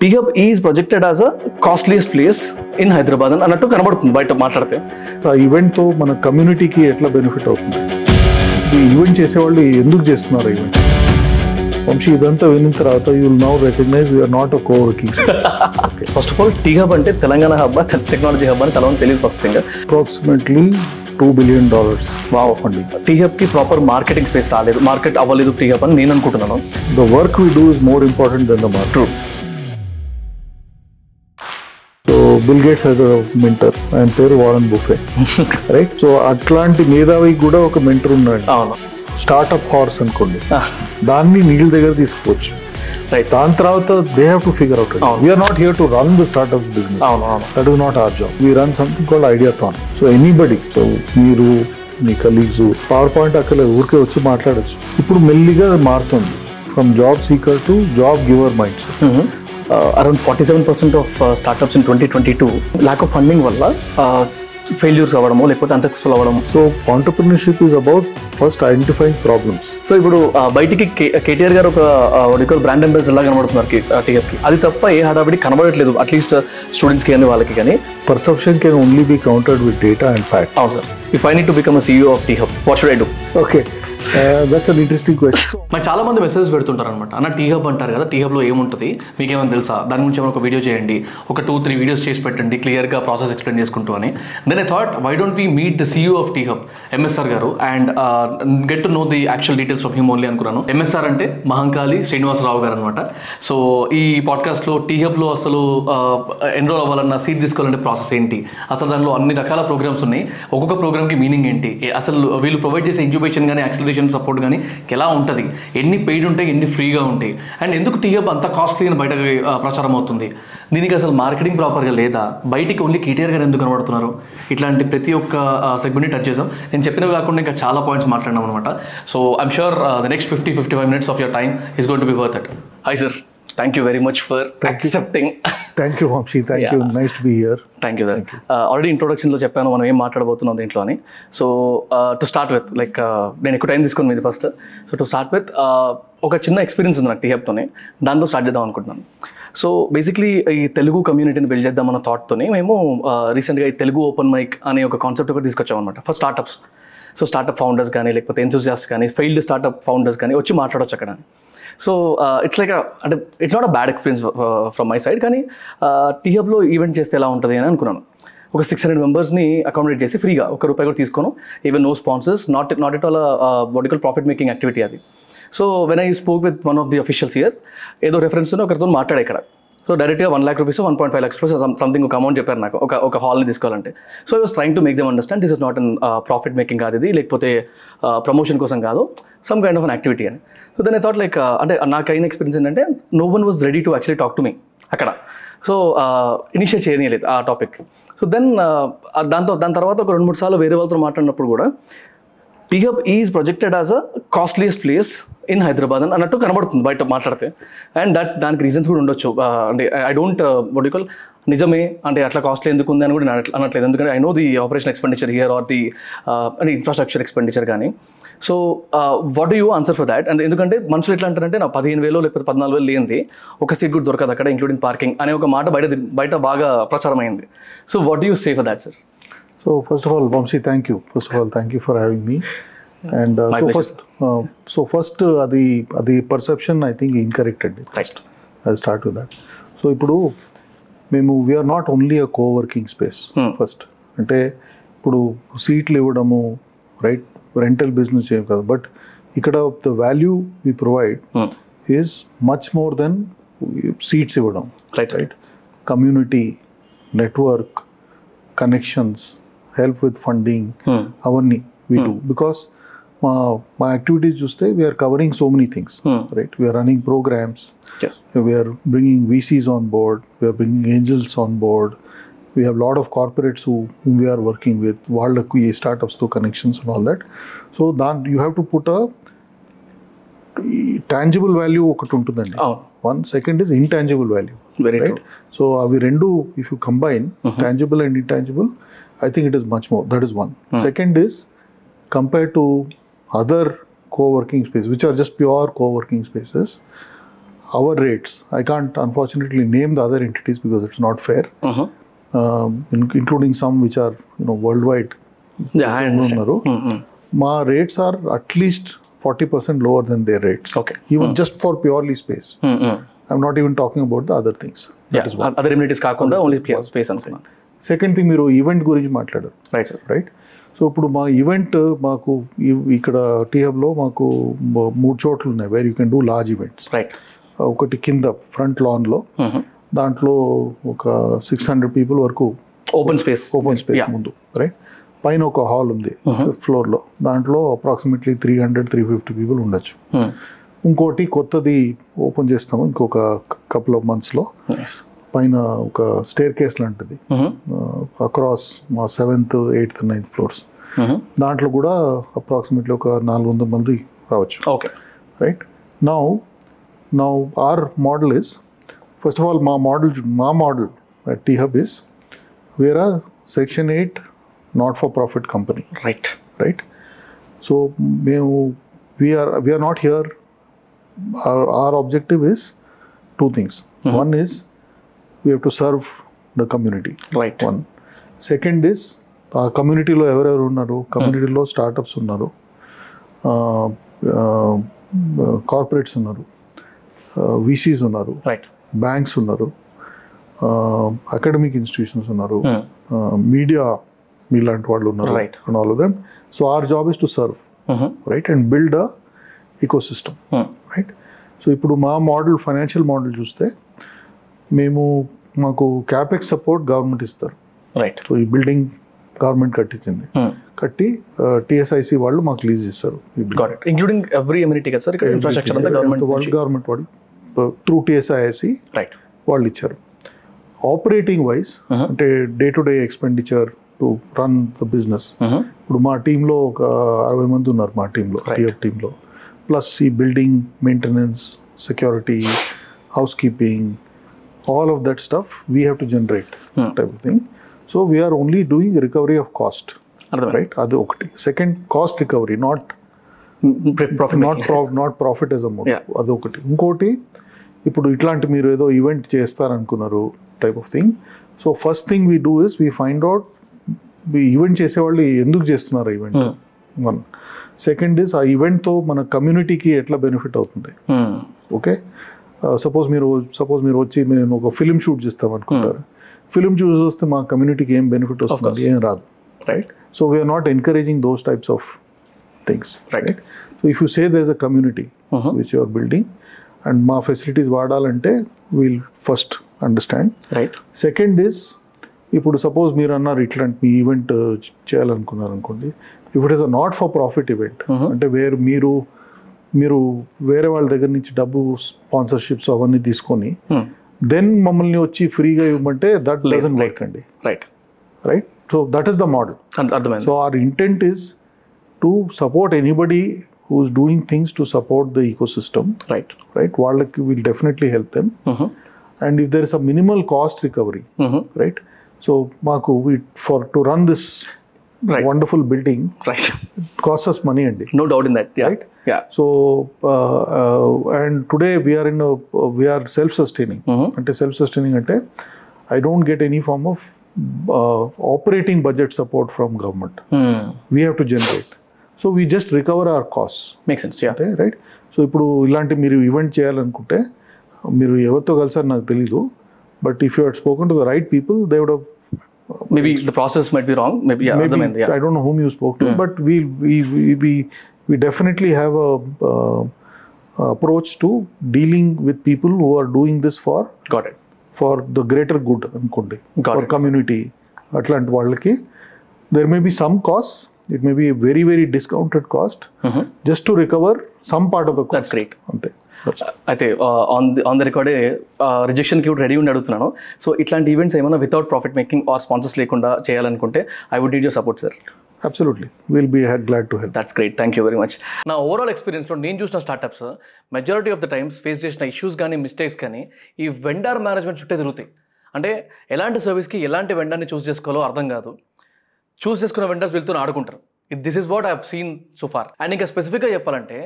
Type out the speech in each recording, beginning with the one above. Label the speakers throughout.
Speaker 1: Pickup is projected as a costliest place in Hyderabad అని అన్నట్టు కనబడుతుంది బయట మాట్లాడితే
Speaker 2: ఆ ఈవెంట్తో మన కమ్యూనిటీకి ఎట్లా బెనిఫిట్ అవుతుంది ఈ ఈవెంట్ చేసేవాళ్ళు ఎందుకు చేస్తున్నారు ఆ ఈవెంట్ వంశీ ఇదంతా విన్న తర్వాత you will now recognise we're not a co working
Speaker 1: first of all T hub అంటే తెలంగాణ హబ్ టెక్నాలజీ హబ్ అని చాలా మంది తెలియదు first thing
Speaker 2: approximately two billion dollars
Speaker 1: Wow.
Speaker 2: Funding
Speaker 1: T hub కి ప్రాపర్ మార్కెటింగ్ స్పేస్ రాలేదు మార్కెట్ అవ్వలేదు T hub అని నేను అనుకుంటున్నాను
Speaker 2: the work we do is more important than the market
Speaker 1: true
Speaker 2: so Bill Gates as a mentor ఆయన పేరు Warren buffet right so అట్లాంటి మేధావికి కూడా ఒక మెంటర్ ఉన్నాడు
Speaker 1: అవును
Speaker 2: స్టార్ట్అప్ హార్స్ అనుకోండి దాన్ని నీళ్ళ దగ్గర తీసుకోవచ్చు
Speaker 1: రైట్
Speaker 2: దాని తర్వాత they have to figure out
Speaker 1: అవును.
Speaker 2: We're not here to run the startup business
Speaker 1: అవును అవును
Speaker 2: that is not our job we run something called idea than so anybody so మీరు మీ కలీగ్స్ పవర్ పాయింట్ అక్కర్లేదు ఊరికే వచ్చి మాట్లాడచ్చు ఇప్పుడు మెల్లిగా అది మారుతుంది from job seeker to job giver minds
Speaker 1: around forty seven percent of startups in twenty twenty two lack of funding వల్ల ఫెయిల్యూర్స్ అవ్వడము లేకపోతే అన్సక్సెస్ఫుల్ అవ్వడం
Speaker 2: so entrepreneurship is about first identifying problems
Speaker 1: so ఇప్పుడు ఆ, బయటికి uh, కే- కేటీఆర్ గారు ఒక uh, బ్రాండ్ అంబాసిడర్ లాగా కనబడుతున్నారు కే- ఆ, TF కి అది తప్ప ఏ హడావిడి కనబడట్లేదు uh, అట్లీస్ట్ స్టూడెంట్స్కి కానీ వాళ్ళకి కానీ
Speaker 2: perception can only be countered with data and fact
Speaker 1: అవును sir if I need to become CEO of T hub what should I do
Speaker 2: okay that's an interesting question
Speaker 1: మరి చాలా మంది మెసేజ్ పెడుతుంటారు అనమాట అన్న టీ హబ్ అంటారు కదా tea హబ్లో ఏముంటుంది మీకేమైనా తెలుసా దాని గురించి ఏమైనా ఒక వీడియో చేయండి ఒక టూ త్రీ వీడియోస్ చేసి పెట్టండి క్లియర్గా ప్రాసెస్ ఎక్స్ప్లెయిన్ చేసుకుంటూ అని then I thought why don't we meet the CEO of T hub MSR గారు uh, and get to know the actual details of him only అనుకున్నాను ఎంఎస్ఆర్ అంటే మహంకాళి శ్రీనివాసరావు గారు అనమాట సో ఈ పాడ్కాస్ట్లో టీ హబ్లో అసలు uh, ఎన్రోల్ అవ్వాలన్నా సీట్ తీసుకోవాలంటే ప్రాసెస్ ఏంటి అసలు దానిలో అన్ని రకాల ప్రోగ్రామ్స్ ఉన్నాయి ఒక్కొక్క ప్రోగ్రామ్కి మీనింగ్ ఏంటి ఏ- అసలు వీళ్ళు ప్రొవైడ్ చేసే ఇంక్యుబేషన్ కానీ యాక్సిలరేషన్ సపోర్ట్ కానీ ఎలా ఉంటుంది ఎన్ని పెయిడ్ ఉంటాయి ఎన్ని ఫ్రీగా ఉంటాయి అండ్ ఎందుకు టీఎఫ్ అంత కాస్ట్లీ అని బయట ఆ, ప్రచారం అవుతుంది దీనికి అసలు మార్కెటింగ్ ప్రాపర్గా లేదా బయటికి ఓన్లీ కేటీఆర్ గారు ఎందుకు కనబడుతున్నారు ఇట్లాంటి ప్రతి ఒక్క సెగ్మెంట్ని టచ్ చేసాం నేను చెప్పినవి కాకుండా ఇంకా చాలా పాయింట్స్ మాట్లాడినాం అనమాట so I'm sure the next fifty fifty five minutes of your time is going to be worth it hi sir thank you very much for accepting
Speaker 2: thank you Vamshi thank you nice to be here
Speaker 1: thank you sir already ఇంట్రొడక్షన్లో Uh, చెప్పాను మనం ఏం మాట్లాడబోతున్నాం దీంట్లో అని uh, so to start with like uh, నేను ఎక్కువ time తీసుకుని మీది first so to start with uh, ఒక చిన్న ఎక్స్పీరియన్స్ ఉంది నాకు టీహెప్తోనే దాంతో స్టార్ట్ చేద్దాం అనుకుంటున్నాను సో బేసిక్లీ ఈ తెలుగు కమ్యూనిటీని బిల్డ్ చేద్దాం అన్న థాట్తోనే మేము రీసెంట్గా ఈ తెలుగు ఓపెన్ మైక్ అనే ఒక కాన్సెప్ట్ ఒకటి తీసుకొచ్చాం అనమాట for startups so startup founders కానీ లేకపోతే ఎంతూజియాస్ట్ కానీ ఫెయిల్డ్ స్టార్టప్ ఫౌండర్స్ కానీ వచ్చి మాట్లాడొచ్చు అక్కడ సో ఇట్స్ లైక్ అంటే it's not a bad experience from my side కానీ uh, టీహబ్లో ఈవెంట్ చేస్తే ఎలా ఉంటుంది అని అనుకున్నాను ఒక సిక్స్ హండ్రెడ్ మెంబర్స్ని అకామిడేట్ చేసి ఫ్రీగా ఒక రూపాయి కూడా తీసుకోను even no sponsors not not at all బొడికల్ ప్రాఫిట్ మేకింగ్ యాక్టివిటీ అది so when I spoke with one of the officials here ఏదో రెఫరెన్స్ ఒకరితో మాట్లాడే ఇక్కడ సో డైరెక్ట్గా one lakh rupees one point five lakhs rupees something ఒక అమౌంట్ చెప్పారు నాకు ఒక ఒక హాల్ని తీసుకోవాలంటే so I was trying to make them understand this is not an profit making uh, కాదు ఇది లేకపోతే ప్రమోషన్ కోసం కాదు some kind of an activity అని so then I thought like uh, అంటే నాకు అయిన ఎక్స్పీరియన్స్ ఏంటంటే no one was ready to actually talk to me అక్కడ సో ఇనిషియేట్ చేయలేదు ఆ టాపిక్ సో దెన్ uh, దాంతో దాని తర్వాత ఒక రెండు మూడు సార్లు వేరే వాళ్ళతో మాట్లాడినప్పుడు కూడా T Hub is projected as a costliest place in Hyderabad అని అన్నట్టు కనబడుతుంది బయట మాట్లాడితే అండ్ దట్ దానికి రీజన్స్ కూడా ఉండొచ్చు ఆ, అంటే uh, I don't what call నిజమే అంటే అట్లా కాస్ట్లీ ఎందుకు ఉంది అని కూడా నేను అనట్ల- అనట్లేదు ఎందుకంటే I know the operation expenditure here are the uh, అంటే ఇన్ఫ్రాస్ట్రక్చర్ ఎక్స్పెండిచర్ కానీ uh, so what you answer for that and ఎందుకంటే మనుషులు ఎట్లా అంటారంటే నా పదిహేను వేలు లేకపోతే పద్నాలుగు వేలు లేనిది ఒక సీట్ కూడా దొరకదు అక్కడ ఇంక్లూడింగ్ పార్కింగ్ అనే ఒక మాట బయట బయట బాగా ప్రచారమైంది so what you say for that sir
Speaker 2: so first of all Vamshi thank you first of all thank you for having me and
Speaker 1: My
Speaker 2: so
Speaker 1: pleasure.
Speaker 2: First so first అది అది పర్సెప్షన్ ఐ థింక్ ఇన్కరెక్ట్ అండి
Speaker 1: right
Speaker 2: అది start with that so ఇప్పుడు మేము we're not only a co working space
Speaker 1: Hmm.
Speaker 2: First అంటే ఇప్పుడు సీట్లు ఇవ్వడము రైట్ రెంటల్ బిజినెస్ ఏం కాదు బట్ ఇక్కడ the value we provide
Speaker 1: Hmm.
Speaker 2: Is much more then seats uh, ఇవ్వడం
Speaker 1: right right
Speaker 2: right community network connections help with funding
Speaker 1: Hmm.
Speaker 2: అవన్నీ we do because మా మా యాక్టివిటీస్ చూస్తే we're covering so many things
Speaker 1: Hmm.
Speaker 2: Right we're running programmes we're bringing VCs on board we're bringing angels on board we have lot of corporates we're working with వాళ్ళకు ఈ స్టార్ట్అప్స్తో connections and all that so than you have to put a tangible value ఒకటి ఉంటుందండి
Speaker 1: అవును
Speaker 2: one second is intangible value
Speaker 1: very
Speaker 2: right? So uh, అవి రెండు ఇఫ్ యూ కంబైన్
Speaker 1: Uh-huh.
Speaker 2: Tangible and intangible I think it is much more that is one
Speaker 1: Hmm.
Speaker 2: Second is compare to other co working space which are just pure co working spaces our rates. I can't unfortunately name the other entities because it's not fair,
Speaker 1: Mhm.
Speaker 2: um, in- including some which are you know worldwide.
Speaker 1: Yeah, I understand. Mm,
Speaker 2: ఉన్నారు. మా rates are at least 40% lower than their rates.
Speaker 1: Okay. Hmm.
Speaker 2: Even just for purely space.
Speaker 1: Mm, mm.
Speaker 2: I'm not even talking about the other things.
Speaker 1: Yeah, other immunities కాకుండా only space అనుకున్నాను
Speaker 2: second thing మీరు event గురించి మాట్లాడారు
Speaker 1: right sir
Speaker 2: right so ఇప్పుడు మా event మాకు ఇ- ఇక్కడ tea హబ్లో మాకు మ- మూడు చోట్లు ఉన్నాయి where you can do large events
Speaker 1: right
Speaker 2: Uh, ఒకటి కింద ఫ్రంట్ లాన్లో
Speaker 1: Mm-hmm.
Speaker 2: దాంట్లో ఒక సిక్స్ హండ్రెడ్ పీపుల్ వరకు
Speaker 1: ఓపెన్ స్పేస్
Speaker 2: ఓపెన్ స్పేస్ ముందు రైట్ పైన ఒక హాల్ ఉంది ఫిఫ్త్ ఫ్లోర్లో దాంట్లో approximately three hundred three fifty people ఉండొచ్చు
Speaker 1: Mm-hmm.
Speaker 2: ఇంకోటి కొత్తది ఓపెన్ చేస్తాము ఇంకొక కపుల్ ఆఫ్ మంత్స్లో పైన ఒక స్టేర్ కేస్ లాంటిది
Speaker 1: Mm-hmm.
Speaker 2: అక్రాస్ Uh, మా seventh eighth ninth floors
Speaker 1: Mm-hmm.
Speaker 2: దాంట్లో కూడా అప్రాక్సిమేట్లీ ఒక నాలుగు వందల మంది రావచ్చు
Speaker 1: okay
Speaker 2: right now now our model is first of all మా మోడల్ మా model T hub is where our section eight not for profit company
Speaker 1: right
Speaker 2: right so మేము we're we're not here our objective is two things one is we have to serve the community
Speaker 1: right
Speaker 2: one second is ఆ కమ్యూనిటీలో ఎవరెవరు ఉన్నారు కమ్యూనిటీలో startups ఉన్నారు corporates ఉన్నారు VCs ఉన్నారు
Speaker 1: right
Speaker 2: banks ఉన్నారు అకాడమిక్ ఇన్స్టిట్యూషన్స్ ఉన్నారు మీడియా మీలాంటి వాళ్ళు ఉన్నారు
Speaker 1: Hmm. Right.
Speaker 2: And all them so our job is to serve
Speaker 1: Mm-hmm.
Speaker 2: Right and build a ecosystem
Speaker 1: Mm.
Speaker 2: Right so ఇప్పుడు మా మోడల్ ఫైనాన్షియల్ మోడల్ చూస్తే మేము మాకు క్యాపెక్స్ సపోర్ట్ గవర్నమెంట్ ఇస్తారు
Speaker 1: రైట్
Speaker 2: సో ఈ బిల్డింగ్ గవర్నమెంట్ కట్టించింది
Speaker 1: Mm.
Speaker 2: కట్టి TSIC వాళ్ళు మాకు లీజ్ ఇస్తారు ఈ building.
Speaker 1: Got it including every amenity కదా సార్ ఇక్కడ ఇన్ఫ్రాస్ట్రక్చర్ అంతా గవర్నమెంట్
Speaker 2: వాళ్ళు గవర్నమెంట్ వాళ్ళు త్రూ టీఎస్ఐసి
Speaker 1: రైట్
Speaker 2: వాళ్ళు ఇచ్చారు ఆపరేటింగ్ వైజ్
Speaker 1: Uh-huh.
Speaker 2: అంటే day to day expenditure to run the business
Speaker 1: Mm-hmm.
Speaker 2: ఇప్పుడు మా టీంలో ఒక అరవై మంది ఉన్నారు మా టీంలో
Speaker 1: Right.
Speaker 2: టీఎఫ్ టీంలో ప్లస్ ఈ building maintenance security housekeeping all of that stuff we have to generate
Speaker 1: Hmm.
Speaker 2: Type of thing so we're only doing recovery of cost
Speaker 1: అర్థమైంది
Speaker 2: రైట్ అది ఒకటి second cost recovery not
Speaker 1: Mm-hmm. Profit
Speaker 2: not ప్రాఫ్ not profit as amount
Speaker 1: Yeah.
Speaker 2: అదొకటి ఇంకోటి ఇప్పుడు ఇట్లాంటి మీరు ఏదో ఈవెంట్ చేస్తారనుకున్నారు type of thing so first thing we do is we find out event చేసేవాళ్ళు ఎందుకు చేస్తున్నారు ఈవెంట్ వన్ సెకండ్ ఇస్ ఆ ఈవెంట్తో మన కమ్యూనిటీకి ఎట్లా బెనిఫిట్ అవుతుంది
Speaker 1: mm.
Speaker 2: ఓకే సపోజ్ మీరు సపోజ్ మీరు వచ్చి నేను ఒక ఫిలిం షూట్ చేస్తాం అనుకుంటారు ఫిలిం షూట్ వస్తే మా కమ్యూనిటీకి ఏం బెనిఫిట్ వస్తుంది ఏం రాదు
Speaker 1: right
Speaker 2: so we're not encouraging those types of things
Speaker 1: Right.
Speaker 2: Right so if you say these a community
Speaker 1: Mhm.
Speaker 2: Which your building and మా ఫెసిలిటీస్ వాడాలంటే we'll first understand
Speaker 1: right
Speaker 2: second is ఇప్పుడు suppose మీరు అన్నారు ఇట్లాంటి మీ event చేయాలనుకున్నారు అనుకోండి if it is a not for profit event అంటే వేరు మీరు మీరు వేరే వాళ్ళ దగ్గర నుంచి డబ్బు స్పాన్సర్షిప్స్ అవన్నీ తీసుకొని
Speaker 1: Mm.
Speaker 2: దెన్ మమ్మల్ని వచ్చి ఫ్రీగా ఇవ్వమంటే దట్ డజన్ వర్క్ అండి
Speaker 1: right
Speaker 2: right so that is the model
Speaker 1: అర్థమైంది
Speaker 2: So our intent is to support anybody who's doing things to support the ecosystem,
Speaker 1: right
Speaker 2: right? Wallach will definitely help them. And if there is a minimal cost recovery,
Speaker 1: Mm-hmm.
Speaker 2: right? So Marco, we, for to run this
Speaker 1: Right.
Speaker 2: wonderful building,
Speaker 1: right
Speaker 2: it costs us money and
Speaker 1: no doubt in that
Speaker 2: Right.
Speaker 1: Right yeah
Speaker 2: so uh, uh, and today we are in a we are self-sustaining.
Speaker 1: Mhm.
Speaker 2: Ante self-sustaining ante I don't get any form of uh, operating budget support from government. we have to generate so we just recover our costs
Speaker 1: make sense yeah
Speaker 2: అంతే right so ఇప్పుడు ఇలాంటి మీరు event చేయాలనుకుంటే మీరు ఎవరితో కలిసారు నాకు తెలీదు but if you had spoken to the right people they would
Speaker 1: maybe the process might be wrong maybe అర్థమైంది Hmm. Yeah
Speaker 2: I don't know whom you spoke to but we we we definitely have approach to dealing with people who are doing this for
Speaker 1: got it
Speaker 2: for the greater good అనుకోండి
Speaker 1: Got
Speaker 2: for
Speaker 1: it.
Speaker 2: Community అట్లాంటి వాళ్ళకి there may be some cost it may be very very discounted cost
Speaker 1: Mm-hmm.
Speaker 2: Just to recover some part of the
Speaker 1: that's great
Speaker 2: అంతే
Speaker 1: అయితే uh, on the on the రికార్డే uh, రిజెక్షన్కి కూడా ready ఉండి అడుగుతున్నాను so ఇట్లాంటి ఈవెంట్స్ ఏమైనా without profit making or sponsors లేకుండా చేయాలనుకుంటే I would need your support sir
Speaker 2: absolutely will be glad to help
Speaker 1: that's great thank you very much నా ఓవరాల్ ఎక్స్పీరియన్స్లో నేను చూసిన startups majority of the times face చేసిన issues కానీ mistakes కానీ ఈ వెండార్ మేనేజ్మెంట్ చుట్టే తిరుగుతాయి అంటే ఎలాంటి సర్వీస్కి ఎలాంటి వెండాన్ని చూస్ చేసుకోవాలో అర్థం కాదు చూస్ చేసుకున్న వెండర్స్ వెళ్తూ ఆడుకుంటారు this is what I have seen so far and ఇంకా స్పెసిఫిక్గా చెప్పాలంటే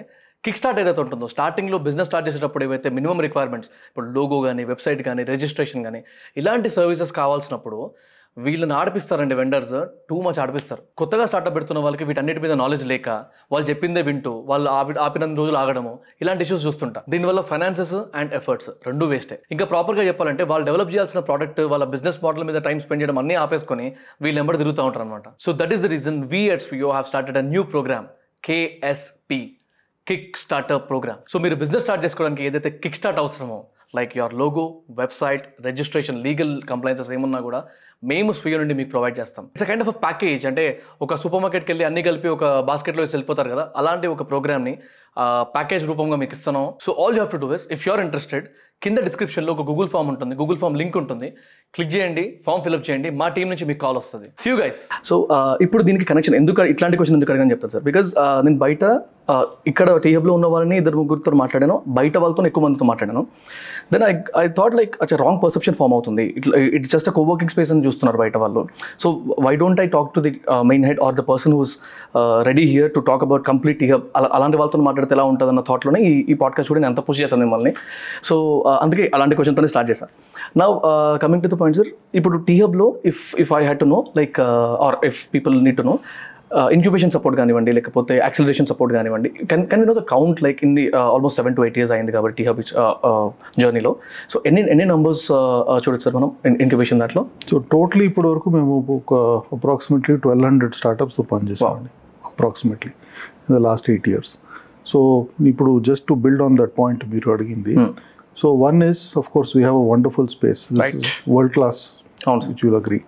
Speaker 1: కిక్ స్టార్ట్ ఏదైతే ఉంటుందో స్టార్టింగ్లో బిజినెస్ స్టార్ట్ చేసేటప్పుడు ఏవైతే మినిమం రిక్వైర్మెంట్స్ ఇప్పుడు లోగో కానీ వెబ్సైట్ కానీ రిజిస్ట్రేషన్ కానీ ఇలాంటి సర్వీసెస్ కావాల్సినప్పుడు వీళ్ళని ఆడిపిస్తారండి వెండర్స్ టూ మచ్ ఆడిపిస్తారు కొత్తగా స్టార్ట్అప్ పెడుతున్న వాళ్ళకి వీటన్నిటి మీద నాలెడ్జ్ లేక వాళ్ళు చెప్పిందే వింటూ వాళ్ళు ఆపి ఆపినంత రోజులు ఆగడము ఇలాంటి ఇష్యూస్ చూస్తుంటా దీనివల్ల ఫైనాన్సెస్ అండ్ ఎఫర్ట్స్ రెండు వేస్టే ఇంకా ప్రాపర్గా చెప్పాలంటే వాళ్ళు డెవలప్ చేయాల్సిన ప్రోడక్ట్ వాళ్ళ బిజినెస్ మోడల్ మీద టైం స్పెండ్ చేయడం అన్నీ ఆపేసుకొని వీళ్ళు ఎంబడి తిరుగుతూ ఉంటారు అనమాట so that is the reason we ఎట్స్ you have started a new programme KSP kickstarter programme so మీరు బిజినెస్ స్టార్ట్ చేసుకోవడానికి ఏదైతే కిక్ స్టార్ట్ అవసరమో like your logo website registration legal compliances ఏమున్నా కూడా మేము స్వీయ నుండి మీకు ప్రొవైడ్ చేస్తాం ఇట్స్ కైండ్ ఆఫ్ ప్యాకేజ్ అంటే ఒక సూపర్ మార్కెట్కి వెళ్ళి అన్ని కలిపి ఒక బాస్కెట్లో వేసి వెళ్ళిపోతారు కదా అలాంటి ఒక ప్రోగ్రామ్ని ప్యాకేజ్ రూపంగా మీకు ఇస్తున్నాం so all you have to do is if you're interested కింద డిస్క్రిప్షన్లో ఒక గూగుల్ ఫామ్ ఉంటుంది గూగుల్ ఫామ్ లింక్ ఉంటుంది క్లిక్ చేయండి ఫామ్ ఫిల్అప్ చేయండి మా టీం నుంచి మీకు కాల్ వస్తుంది see you guys so uh, ఇప్పుడు దీనికి కనెక్షన్ ఎందుకు ఇట్లాంటి క్వశ్చన్ ఎందుకు అడగని చెప్తాను సార్ బికాజ్ నేను బయట ఆ, ఇక్కడ టీహబ్లో ఉన్న వాళ్ళని ఇద్దరు ముగ్గురితో మాట్లాడాను బయట వాళ్ళతో ఎక్కువ మందితో మాట్లాడాను then I I thought like అచ్చా రాంగ్ పర్సెప్షన్ ఫామ్ అవుతుంది ఇట్లా it's just co working space అని చూస్తున్నారు బయట వాళ్ళు so why don't I talk to the main head or the person who's ready here to talk about complete T Hub అలాంటి వాళ్ళతో మాట్లాడితే ఎలా ఉంటుంది అన్న థాట్లోనే ఈ ఈ పాడ్కాస్ట్ కూడా నేను అంత పుష్ చేశాను మిమ్మల్ని సో అందుకే అలాంటి క్వశ్చన్తోనే స్టార్ట్ చేశాను నా coming to the point sir ఇప్పుడు టీహబ్లో if if I had to know like or if people need to know incubation support uh, కానివ్వండి లేకపోతే యాక్సిలరేషన్ సపోర్ట్ కానివ్వండి can can you know the count like ఇన్ని almost seven to eight years అయింది కాబట్టి uh, hub జర్నీలో so ఎన్ని ఎన్ని numbers చూడొచ్చు సార్ మనం ఇన్క్యుబేషన్ దాంట్లో
Speaker 2: సో టోటలీ ఇప్పటి వరకు మేము ఒక అప్రాక్సిమేట్లీ ట్వెల్వ్ హండ్రెడ్ స్టార్టప్స్ పనిచేస్తామండి approximately in the last eight years so ఇప్పుడు just to build on that point మీరు అడిగింది so one is of course we have a wonderful space
Speaker 1: Right.
Speaker 2: World class
Speaker 1: అవును sir
Speaker 2: which will agree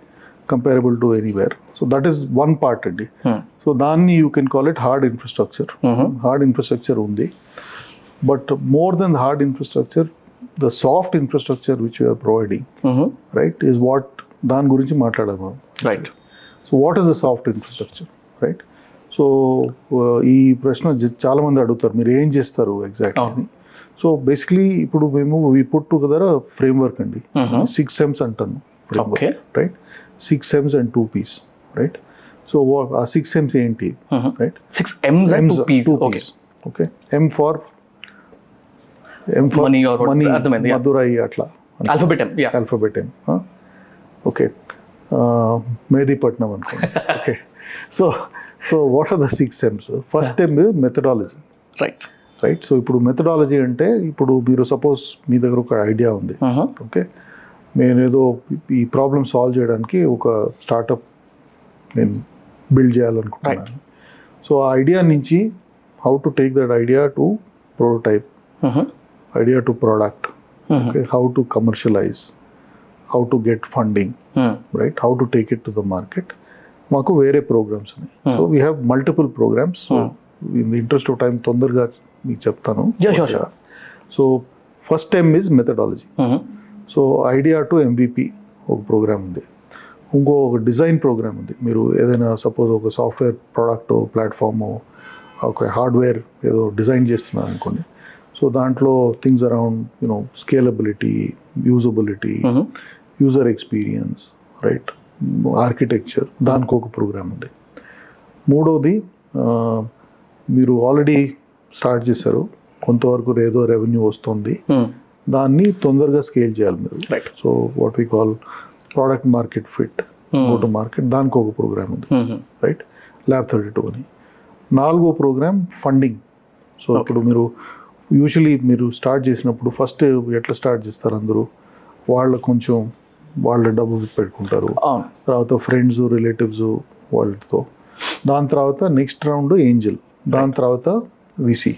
Speaker 2: comparable to anywhere so that is one part అండి
Speaker 1: Hmm.
Speaker 2: So దాన్ని you can call it hard infrastructure hard infrastructure ఉంది but more than hard infrastructure the soft infrastructure which we're providing right is what దాని గురించి మాట్లాడాము మనం
Speaker 1: right
Speaker 2: so what is the soft infrastructure right so uh, ఈ ప్రశ్న జ- చాలా మంది అడుగుతారు మీరు ఏం చేస్తారు ఎగ్జాక్ట్ అని సో బేసిక్లీ ఇప్పుడు మేము we put together framework అండి
Speaker 1: Mhm.
Speaker 2: సిక్స్ సెమ్స్ అంటాను
Speaker 1: Okay.
Speaker 2: Right six Ms and two Ps right so ఆ సిక్స్ సెమ్స్ ఏంటి right
Speaker 1: six Ms and two Ps okay
Speaker 2: okay M for M for
Speaker 1: Money or what-
Speaker 2: money
Speaker 1: అర్థమైంది, yeah.
Speaker 2: Madurai అట్లా
Speaker 1: alphabet M yeah
Speaker 2: alphabet M okay Mehdipatnam Uh, అనుకోండి okay so so what are the six Ms first time methodology
Speaker 1: right
Speaker 2: right so ఇప్పుడు methodology అంటే ఇప్పుడు మీరు suppose మీ దగ్గర ఒక idea ఉంది
Speaker 1: Uh-huh.
Speaker 2: ఓకే నేను ఏదో ఈ ప్రాబ్లమ్ సాల్వ్ చేయడానికి ఒక స్టార్టప్ నేను బిల్డ్ చేయాలనుకుంటున్నాను సో ఆ ఐడియా నుంచి how to take that idea to prototype
Speaker 1: Uh-huh.
Speaker 2: Idea to product
Speaker 1: Mm-hmm.
Speaker 2: Okay how to commercialise how to get funding right how to take it to the market మాకు వేరే programmes ఉన్నాయి
Speaker 1: Hmm.
Speaker 2: So we have multiple programmes so in the interest of time తొందరగా మీకు చెప్తాను
Speaker 1: Yeah, sure, sure.
Speaker 2: So first time is methodology so idea to MVP ఒక programme ఉంది ఇంకో ఒక డిజైన్ ప్రోగ్రామ్ ఉంది మీరు ఏదైనా సపోజ్ ఒక సాఫ్ట్వేర్ ప్రోడక్ట్ ప్లాట్ఫామ్ ఒక హార్డ్వేర్ ఏదో డిజైన్ చేస్తున్నారు అనుకోండి సో దాంట్లో things around you know scalability usability user experience right architecture దానికి ఒక ప్రోగ్రామ్ ఉంది మూడోది ఆ, మీరు ఆల్రెడీ స్టార్ట్ చేశారు కొంతవరకు ఏదో రెవెన్యూ వస్తుంది దాన్ని తొందరగా స్కేల్ చేయాలి మీరు
Speaker 1: Right.
Speaker 2: So what we call product market fit go to market దానికి ఒక ప్రోగ్రామ్ ఉంది రైట్ ల్యాబ్ థర్టీ టూ అని నాలుగో ప్రోగ్రామ్ ఫండింగ్ సో ఇప్పుడు మీరు యూజువలీ మీరు స్టార్ట్ చేసినప్పుడు ఫస్ట్ ఎట్లా స్టార్ట్ చేస్తారు అందరూ వాళ్ళ కొంచెం వాళ్ళ డబ్బు పెట్టుకుంటారు
Speaker 1: అవును
Speaker 2: తర్వాత ఫ్రెండ్స్ రిలేటివ్స్ వాళ్ళతో దాని తర్వాత నెక్స్ట్ రౌండ్ ఏంజిల్ దాని తర్వాత విసి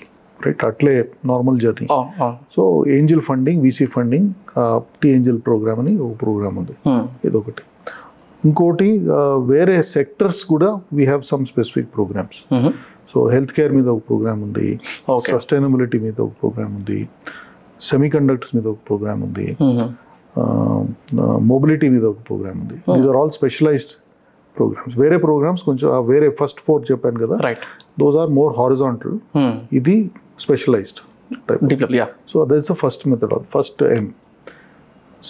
Speaker 2: రైట్ అట్లే నార్మల్ జర్నీ
Speaker 1: అవును అవును
Speaker 2: so angel funding VC funding T angel programme అని ఒక ప్రోగ్రామ్ ఉంది ఇదొకటి ఇంకోటి ఆ, వేరే సెక్టర్స్ కూడా we have some specific programmes so health care మీద ఒక ప్రోగ్రామ్ ఉంది
Speaker 1: Okay.
Speaker 2: సస్టైనబిలిటీ మీద ఒక ప్రోగ్రామ్ ఉంది సెమీ కండక్టర్స్ మీద ఒక ప్రోగ్రామ్ ఉంది మొబిలిటీ మీద ఒక ప్రోగ్రామ్ ఉంది these are all specialised programmes వేరే ప్రోగ్రామ్స్ కొంచెం ఆ వేరే ఫస్ట్ ఫోర్ చెప్పాను కదా
Speaker 1: right
Speaker 2: those are more horizontal ఇది specialised type
Speaker 1: deep yeah
Speaker 2: So that's the first methodology, first M.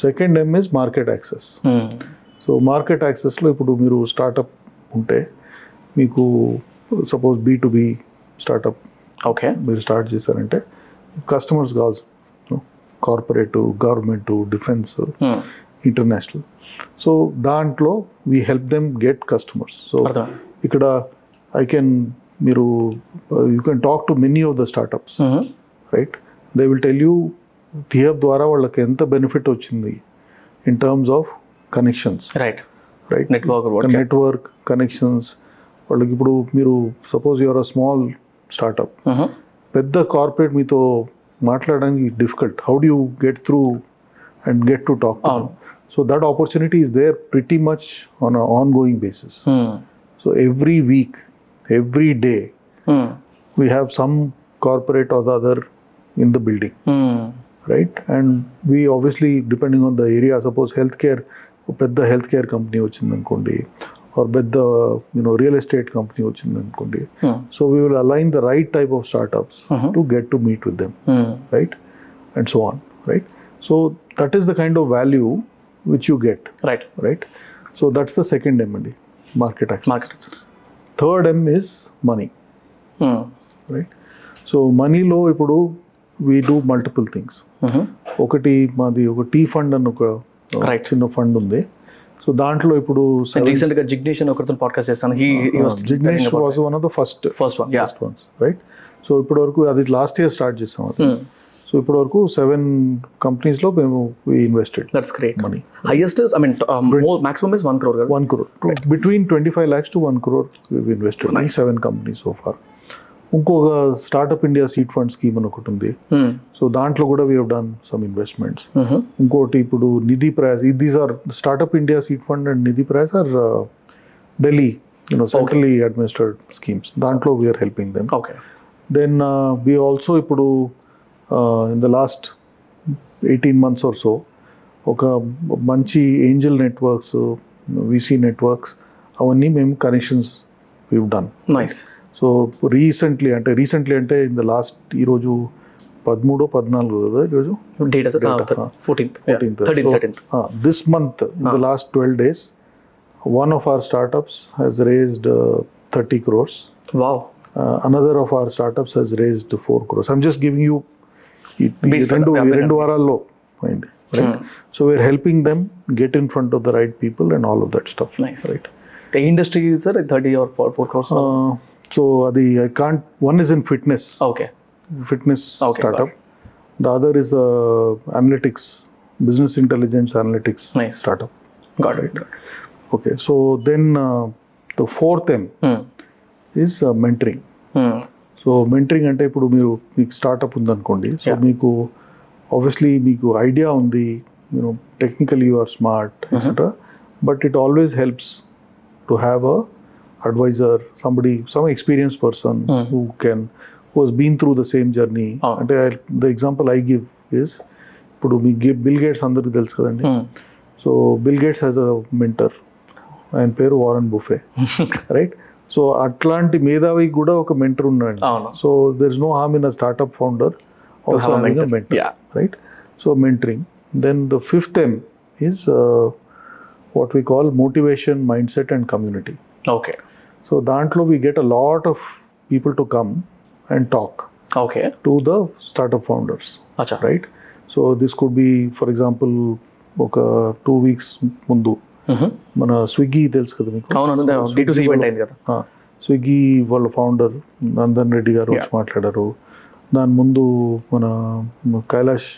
Speaker 2: Second M is market access. So market యాక్సెస్లో ఇప్పుడు మీరు స్టార్టప్ ఉంటే మీకు suppose B to B startup
Speaker 1: okay
Speaker 2: మీరు start చేశారంటే customers కావాల్సి corporate government defence international so దాంట్లో we help them get customers so
Speaker 1: అర్థం.
Speaker 2: ఇక్కడ ఐ కెన్ మీరు you can talk to many of the startups right they will tell you TF ద్వారా వాళ్ళకి ఎంత బెనిఫిట్ వచ్చింది in terms of connections
Speaker 1: right
Speaker 2: right
Speaker 1: network
Speaker 2: network connections వాళ్ళకి ఇప్పుడు మీరు suppose your a small startup పెద్ద corporate మీతో మాట్లాడడానికి difficult how do get through and get to talk
Speaker 1: అవును.
Speaker 2: So that opportunity is there pretty much on ongoing basis so every week every day we have some corporate or the other in the building right and we obviously depending on the area suppose health care పెద్ద health care company వచ్చిందనుకోండి or పెద్ద you know real estate company వచ్చిందనుకోండి so we will align the right type of startups to get to meet with them right and so on right so that is the kind of value which you get
Speaker 1: right
Speaker 2: right so that's the second m and d market access
Speaker 1: market
Speaker 2: third m is money right so మనీలో ఇప్పుడు we do multiple things ఒకటి మాది ఒక T fund అని ఒక
Speaker 1: Right.
Speaker 2: చిన్న fund ఉంది so దాంట్లో ఇప్పుడు
Speaker 1: రీసెంట్ గా జిగ్నేషన్ ఒకరితో పాడ్కాస్ట్ చేస్తాను he
Speaker 2: Jignesh was one of the first
Speaker 1: first one yeah
Speaker 2: first ones right so ఇప్పటి వరకు అది లాస్ట్ ఇయర్ స్టార్ట్ చేసాం
Speaker 1: Hmm.
Speaker 2: అది సో ఇప్పటి వరకు సెవెన్ కంపెనీస్లో మేము invested
Speaker 1: that's great
Speaker 2: money
Speaker 1: highest I mean maximum is one crore కదా
Speaker 2: one crore between twenty five lakhs to one crore invested seven company so far ఇంకొక startup India seed fund scheme అని ఒకటి ఉంది సో దాంట్లో కూడా వీ డన్ సమ్ ఇన్వెస్ట్మెంట్స్ ఇంకోటి ఇప్పుడు Nidhi Prayas these are startup India seed fund and Nidhi Prayas uh, are Delhi you know centrally administered schemes దాంట్లో we're helping them
Speaker 1: okay
Speaker 2: then we also uh, ఇప్పుడు uh, in the last eighteen months or so ఒక మంచి angel networks VC networks అవన్నీ మేము connections we've done
Speaker 1: nice
Speaker 2: so recently అంటే recently అంటే in the last ఈరోజు పదమూడో పద్నాలుగు కదా ఈరోజు
Speaker 1: డేట్ అసలు
Speaker 2: Data, huh.
Speaker 1: Fourteenth
Speaker 2: fourteenth
Speaker 1: thirteenth thirteenth
Speaker 2: this month in
Speaker 1: Ah.
Speaker 2: The last twelve days one of our startups has raised thirty crores
Speaker 1: wow
Speaker 2: Uh, another of our startups has raised 4 crores. I'm just giving you ఈ- ఈ
Speaker 1: Base for
Speaker 2: రెండు
Speaker 1: the- Hmm.
Speaker 2: ఈ రెండు వారాల్లో అయింది right so we're helping them get in front of the right people and all of that stuff
Speaker 1: nice
Speaker 2: right
Speaker 1: the industry sir thirty or four four crores
Speaker 2: Uh, so అది I can't one is in fitness
Speaker 1: okay
Speaker 2: fitness
Speaker 1: Oh. Okay, got
Speaker 2: startup the other is uh, analytics business intelligence analytics
Speaker 1: Nice.
Speaker 2: Startup
Speaker 1: got it
Speaker 2: okay so then the fourth M is mentoring
Speaker 1: Hmm.
Speaker 2: So mentoring అంటే ఇప్పుడు మీరు మీకు startup ఉందనుకోండి so
Speaker 1: Yeah.
Speaker 2: మీకు obviously మీకు idea ఉంది మీరు technical you are smart
Speaker 1: Uh-huh.
Speaker 2: Etcetera but it always helps to have a advisor somebody some experience person
Speaker 1: Mhm.
Speaker 2: Who can who has been through the same journey
Speaker 1: Oh.
Speaker 2: అంటే the example I give is ఇప్పుడు మీ Bill Gates అందరికీ తెలుసు కదండి
Speaker 1: Hmm.
Speaker 2: So Bill Gates as a mentor ఆయన పేరు Warren buffet right so అట్లాంటి మేధావి కూడా ఒక మెంటర్ ఉన్నాడు
Speaker 1: అవును.
Speaker 2: So there is no harm in a startup founder also
Speaker 1: have a
Speaker 2: having a
Speaker 1: mentor.
Speaker 2: Mentor
Speaker 1: Yeah.
Speaker 2: Right so mentoring then the fifth M is what we call motivation mindset and community
Speaker 1: okay
Speaker 2: so దాంట్లో we get a lot of people to come and talk
Speaker 1: okay
Speaker 2: to the startup founders
Speaker 1: అచ్చా
Speaker 2: right so this could be for example ఒక two weeks ముందు
Speaker 1: Hmm.
Speaker 2: మన స్విగ్గీ తెలుసు కదా మీకు
Speaker 1: అవును డి టు ఈవెంట్ అయింది కదా
Speaker 2: ఆ, స్విగ్గీ వాళ్ళ ఫౌండర్ నందన్ రెడ్డి గారు వచ్చి
Speaker 1: Yeah.
Speaker 2: మాట్లాడారు దాని ముందు మన కైలాష్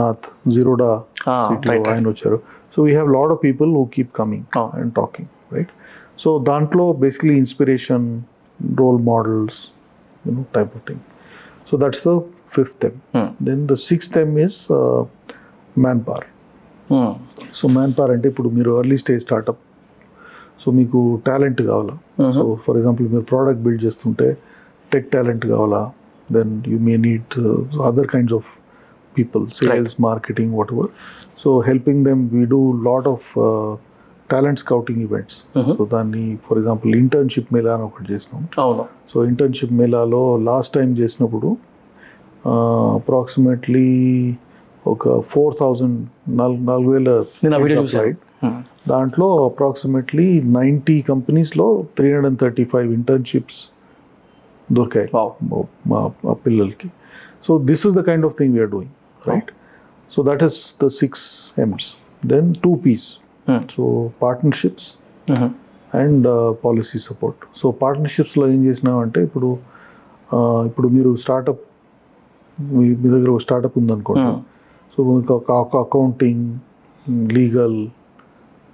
Speaker 2: నాథ్ జీరోడా
Speaker 1: Ah,
Speaker 2: సిటీలో
Speaker 1: right, right.
Speaker 2: ఆయన వచ్చారు so we have lot of people who keep coming
Speaker 1: Oh.
Speaker 2: And talking right so దాంట్లో basically inspiration role models you know type of thing so that's the fifth M
Speaker 1: Hmm.
Speaker 2: Then the sixth M is manpower
Speaker 1: Hmm.
Speaker 2: So manpower అంటే ఇప్పుడు మీరు early stage startup so మీకు talent కావాలా so for example మీరు product build చేస్తుంటే tech talent కావాలా then you may need other kinds of people sales marketing whatever so helping them we do lot of talent scouting events so దాన్ని for example internship Mela అని ఒకటి చేస్తాం
Speaker 1: అవును
Speaker 2: so internship మేళాలో last time చేసినప్పుడు approximately ఒక four thousand నాలుగు నాలుగు వేల
Speaker 1: నేను ఆ వీడియో
Speaker 2: applied.
Speaker 1: చూసాను
Speaker 2: దాంట్లో అప్రాక్సిమేట్లీ నైంటీ కంపెనీస్లో three hundred and thirty five internships దొరికాయి
Speaker 1: Wow.
Speaker 2: మా- మా మా పిల్లలకి so this is the kind of thing we're doing right so that is the six Ms then two Ps
Speaker 1: Hmm.
Speaker 2: So partnerships
Speaker 1: mm.
Speaker 2: And uh, policy support so పార్ట్నర్షిప్స్లో ఏం చేసినామంటే ఇప్పుడు ఆ, ఇప్పుడు మీరు స్టార్టప్ మీ మీ దగ్గర ఒక స్టార్టప్ ఉందనుకోండి
Speaker 1: Hmm.
Speaker 2: సో మీకు ఒక ఒక accounting legal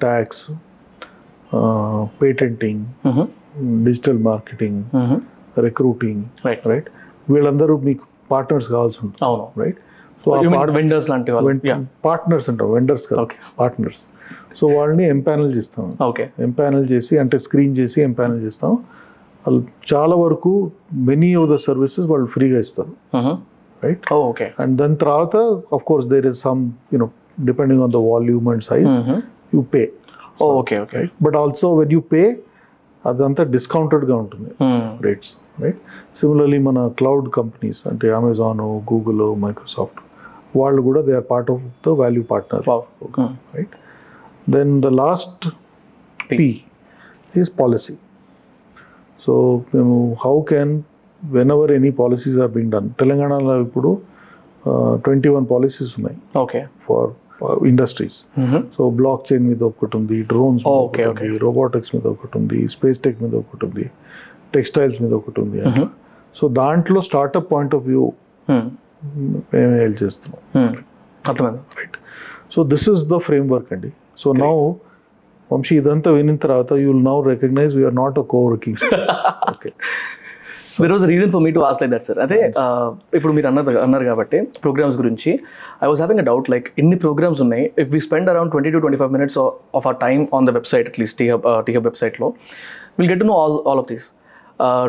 Speaker 2: tax uh, patenting
Speaker 1: mm.
Speaker 2: Digital marketing
Speaker 1: mm.
Speaker 2: Recruiting
Speaker 1: right
Speaker 2: right వీళ్ళందరూ మీకు పార్ట్నర్స్ కావాల్సి ఉంటుంది
Speaker 1: అవును
Speaker 2: రైట్ సో ఆ
Speaker 1: వెండర్స్ లాంటి వాళ్ళు యా
Speaker 2: పార్ట్నర్స్ అంటాం వెండర్స్ కదా
Speaker 1: Okay.
Speaker 2: పార్ట్నర్స్ సో వాళ్ళని ఎంపానల్ చేస్తాం
Speaker 1: ఓకే
Speaker 2: ఎంపానల్ చేసి అంటే స్క్రీన్ చేసి ఎంపానల్ చేస్తాం వాళ్ళు చాలా వరకు మెనీ ఆఫ్ ద సర్వీసెస్ వాళ్ళు ఫ్రీగా ఇస్తారు
Speaker 1: Hmm.
Speaker 2: రైట్
Speaker 1: ఓకే
Speaker 2: అండ్ దాని తర్వాత of course there is some you know depending on the volume and size
Speaker 1: Mm-hmm. Hmm.
Speaker 2: You pay
Speaker 1: okay okay
Speaker 2: right but also when you pay అదంతా డిస్కౌంటెడ్గా ఉంటుంది
Speaker 1: Hmm.
Speaker 2: Rates right similarly మన cloud companies అంటే Amazon Google Microsoft వాళ్ళు కూడా they are part of the value partner
Speaker 1: Hmm.
Speaker 2: Right then the last
Speaker 1: P.
Speaker 2: P is policy so మేము how can whenever any policies are being done తెలంగాణలో ఇప్పుడు twenty one policies ఉన్నాయి
Speaker 1: okay
Speaker 2: for industries
Speaker 1: Hmm.
Speaker 2: So blockchain మీద ఒకటి ఉంది drones మీద
Speaker 1: Oh,
Speaker 2: ఒకటి
Speaker 1: okay,
Speaker 2: ఉంది రోబోటిక్స్ మీద ఒకటి ఉంది స్పేస్ టెక్ మీద ఒకటి ఉంది టెక్స్టైల్స్ మీద ఒకటి ఉంది
Speaker 1: Mm-hmm.
Speaker 2: సో దాంట్లో startup point of view
Speaker 1: Hmm.
Speaker 2: మేము హెల్ప్ mm, చేస్తున్నాం
Speaker 1: అర్థమైంది
Speaker 2: right so this is the framework అండి సో నౌ వంశీ ఇదంతా వినిన తర్వాత you will now recognise we're not a co working okay
Speaker 1: there was reason for me to ask like that sir అదే ఆ, ఇప్పుడు మీరు అన్నది అన్నారు కాబట్టి ప్రోగ్రామ్స్ గురించి I was having a doubt like ఎన్ని ప్రోగ్రామ్స్ ఉన్నాయి if we spend around twenty to twenty five minutes of our time on the website at least T Hub T Hub వెబ్సైట్లో will get know all all of these Uh,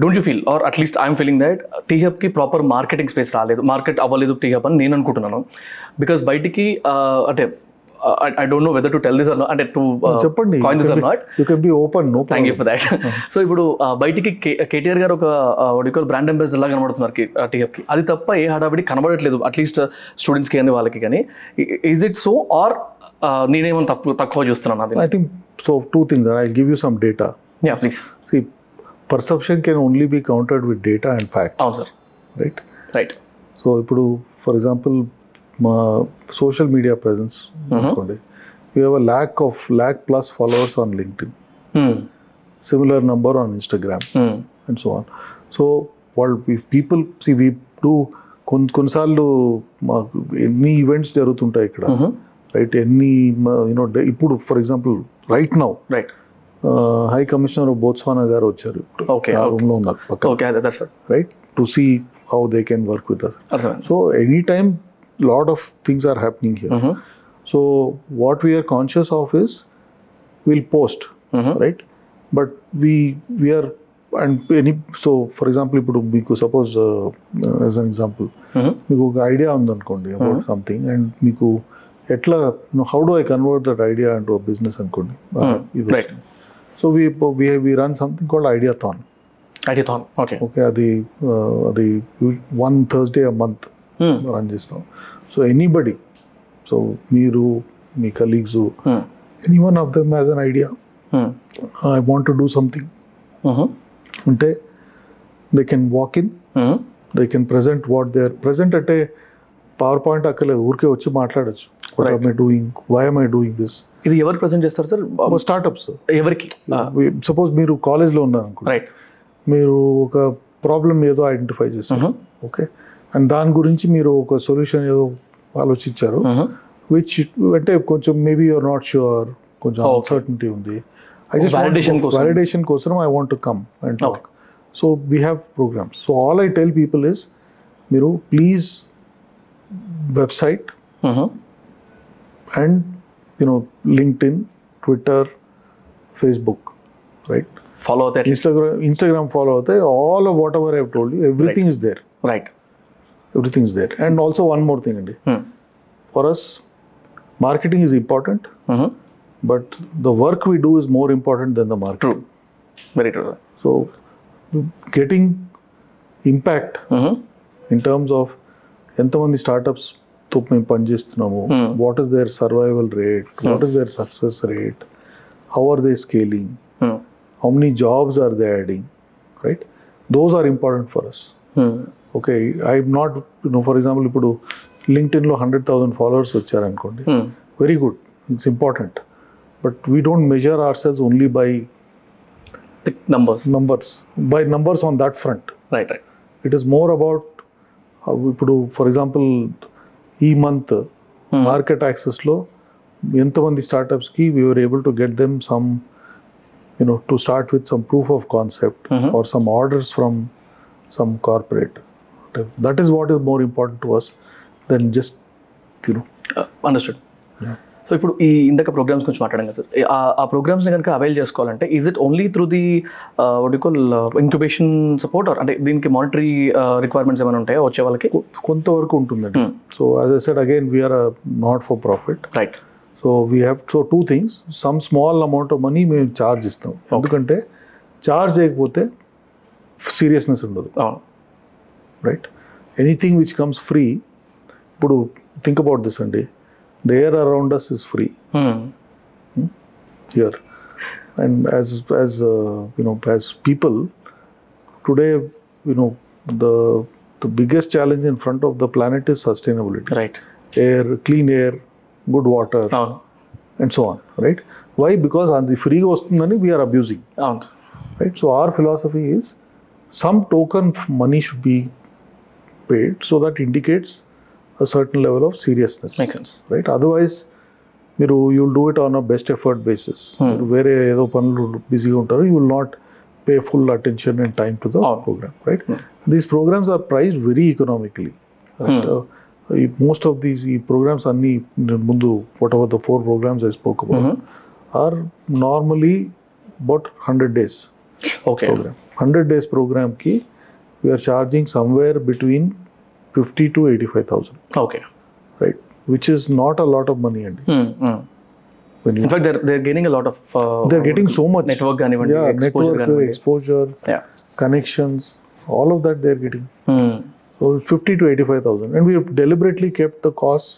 Speaker 1: don't you feel or at least I'm feeling that టీహబ్కి proper marketing space రాలేదు market అవ్వలేదు T Hub అని నేను అనుకుంటున్నాను because బయటికి ఆ, అంటే uh, I don't know whether to tell this or అంటే uh, టు
Speaker 2: చెప్పండి
Speaker 1: coin this or not
Speaker 2: you can be open no
Speaker 1: thank you for that so ఇప్పుడు ఆ, బయటికి కే- కేటీఆర్ గారు ఒక వడికోల్ బ్రాండ్ అంబాసిడర్ లాగా కనబడుతున్నారు కి- ఆ, TF కి అది తప్ప ఏ హడావిడి కనబడట్లేదు అట్లీస్ట్ స్టూడెంట్స్కి కానీ వాళ్ళకి కానీ ఈజ్ ఇట్ సో ఆర్ నేనేమన్నా తక్కువ తక్కువ చూస్తున్నాను అది
Speaker 2: I think so two things I give you some data
Speaker 1: yeah please
Speaker 2: see perception can only be countered with data and fact
Speaker 1: అవును సార్
Speaker 2: రైట్
Speaker 1: రైట్
Speaker 2: సో ఇప్పుడు ఫర్ ఎగ్జాంపుల్ మా social media presence
Speaker 1: Hmm?
Speaker 2: అనుకోండి you have a lakh of lakh plus followers on LinkedIn similar number on Instagram and so on so వాళ్ళు people see we do కొన్ని కొన్నిసార్లు మాకు ఎన్ని events జరుగుతుంటాయి ఇక్కడ రైట్ ఎన్ని యూనో ఇప్పుడు for example right now
Speaker 1: right
Speaker 2: high commissioner of Botswana garu వచ్చారు ఇప్పుడు
Speaker 1: Okay,
Speaker 2: ఆ
Speaker 1: okay.
Speaker 2: room లో ఉన్నారు పక్క
Speaker 1: ఓకే అదే that's
Speaker 2: right to see how they can work with us
Speaker 1: అర్థమైంది
Speaker 2: so any time lot of things are happening here
Speaker 1: Mhm.
Speaker 2: So what we're conscious of is will post
Speaker 1: Mhm.
Speaker 2: Right but we we're and any so for example ఇప్పుడు మీకు uh, suppose as an example
Speaker 1: Mhm.
Speaker 2: మీకు ఒక idea ఉందనుకోండి about something and మీకు ఎట్లా how do I convert that idea and business అనుకోండి Ah,
Speaker 1: Mm.
Speaker 2: ఇది
Speaker 1: Right.
Speaker 2: So we we run something called idea than
Speaker 1: ideathon okay
Speaker 2: okay అది uh, అది one Thursday a month run చేస్తాం so anybody so మీరు మీ colleagues any one of them as an idea I want to do something ఉంటే they can walk in they can present what they are present అంటే power point అక్కర్లేదు ఊరికే వచ్చి మాట్లాడచ్చు what
Speaker 1: Right. Um,
Speaker 2: are my doing why am I doing this
Speaker 1: ఇది ఎవరు present చేస్తారు sir
Speaker 2: startups
Speaker 1: ఎవరికి
Speaker 2: సపోజ్ మీరు కాలేజ్లో ఉన్నారనుకోండి
Speaker 1: రైట్
Speaker 2: మీరు ఒక ప్రాబ్లం ఏదో ఐడెంటిఫై చేస్తారు ఓకే అండ్ దాని గురించి మీరు ఒక సొల్యూషన్ ఏదో ఆలోచించారు విచ్ అంటే కొంచెం మేబీ యూఆర్ నాట్ షూర్ కొంచెం
Speaker 1: Okay.
Speaker 2: అన్సర్టనిటీ ఉంది ఐ
Speaker 1: Validation కోసం.
Speaker 2: వ్యాలిడేషన్ కోసం I want to come and talk so we have programs so all I tell people is మీరు please website and you know LinkedIn Twitter Facebook right
Speaker 1: follow అవుతాయి
Speaker 2: Instagram Instagram follow అవుతాయి all of whatever I told you everything is there
Speaker 1: right
Speaker 2: everything is there and also one more thing అండి for us marketing is important but the work we do is more important than the market
Speaker 1: true very true
Speaker 2: so getting impact
Speaker 1: Mm-hmm.
Speaker 2: In terms of ఎంతమంది స్టార్టప్స్తో మేము పనిచేస్తున్నాము
Speaker 1: Hmm.
Speaker 2: What is their survival rate what is their success rate how are they scaling how many jobs are they adding right those are important for us
Speaker 1: Mm-hmm.
Speaker 2: Okay I'm not no for example ఇప్పుడు లింక్డ్ఇన్లో hundred thousand followers వచ్చారనుకోండి
Speaker 1: Mm-hmm.
Speaker 2: Very good it's important but we don't measure ourselves only by
Speaker 1: thick numbers
Speaker 2: numbers by numbers on that front
Speaker 1: right right
Speaker 2: it is more about ఇప్పుడు for example ఈ month market యాక్సెస్లో ఎంతమంది స్టార్టప్స్కి we're able to get them some you know to start with some proof of concept
Speaker 1: Mhm.
Speaker 2: Or some orders from some corporate that is what is more important to us than just you know
Speaker 1: understood so Uh, ఇప్పుడు ఈ ఇందాక programmes గురించి మాట్లాడాం కదా sir ఆ- ఆ ప్రోగ్రామ్స్ని కనుక avail చేసుకోవాలంటే is it only through the call incubation support అంటే దీనికి మానిటరీ రిక్వైర్మెంట్స్ ఏమైనా ఉంటాయా వచ్చే వాళ్ళకి
Speaker 2: కొంతవరకు ఉంటుందండి
Speaker 1: Hmm.
Speaker 2: So as I said again we're not for profit
Speaker 1: right
Speaker 2: so we have so two things some small amount of money మేము charge ఇస్తాం ఎందుకంటే ఛార్జ్ చేయకపోతే సీరియస్నెస్ ఉండదు
Speaker 1: అవును
Speaker 2: right anything which comes free ఇప్పుడు థింక్ అబౌట్ దిస్ అండి the air around us is free
Speaker 1: Hmm.
Speaker 2: Here and as as you know as people today you know the the biggest challenge in front of the planet is sustainability
Speaker 1: right
Speaker 2: air clean air good water
Speaker 1: అవును
Speaker 2: and so on right why because అది ఫ్రీగా వస్తుందని we're abusing
Speaker 1: అవును
Speaker 2: right so our philosophy is some token f- money should be paid so that indicates a certain level of seriousness
Speaker 1: make sense
Speaker 2: right otherwise మీరు you will do it on a best effort basis మీరు వేరే ఏదో పనులు బిజీగా ఉంటారు you will not pay full attention and time to the
Speaker 1: Oh.
Speaker 2: Program right these programs are priced very economically Uh, most of these ఈ programs అన్నీ నేను ముందు whatever the four programs I spoke about are normally about hundred days
Speaker 1: okay
Speaker 2: program hundred days ప్రోగ్రామ్కి we are charging somewhere between fifty to eighty five thousand
Speaker 1: okay
Speaker 2: right which is not a lot of money అండి
Speaker 1: Hmm.
Speaker 2: When you-
Speaker 1: in fact they're they're gaining lot of
Speaker 2: they're getting so much
Speaker 1: network uh, కానివ్వండి
Speaker 2: yeah,
Speaker 1: exposure
Speaker 2: network
Speaker 1: కానివ్వండి
Speaker 2: exposure
Speaker 1: Yeah.
Speaker 2: connections all of that they're getting
Speaker 1: Hmm.
Speaker 2: so 50 to 85000 and we have deliberately kept the costs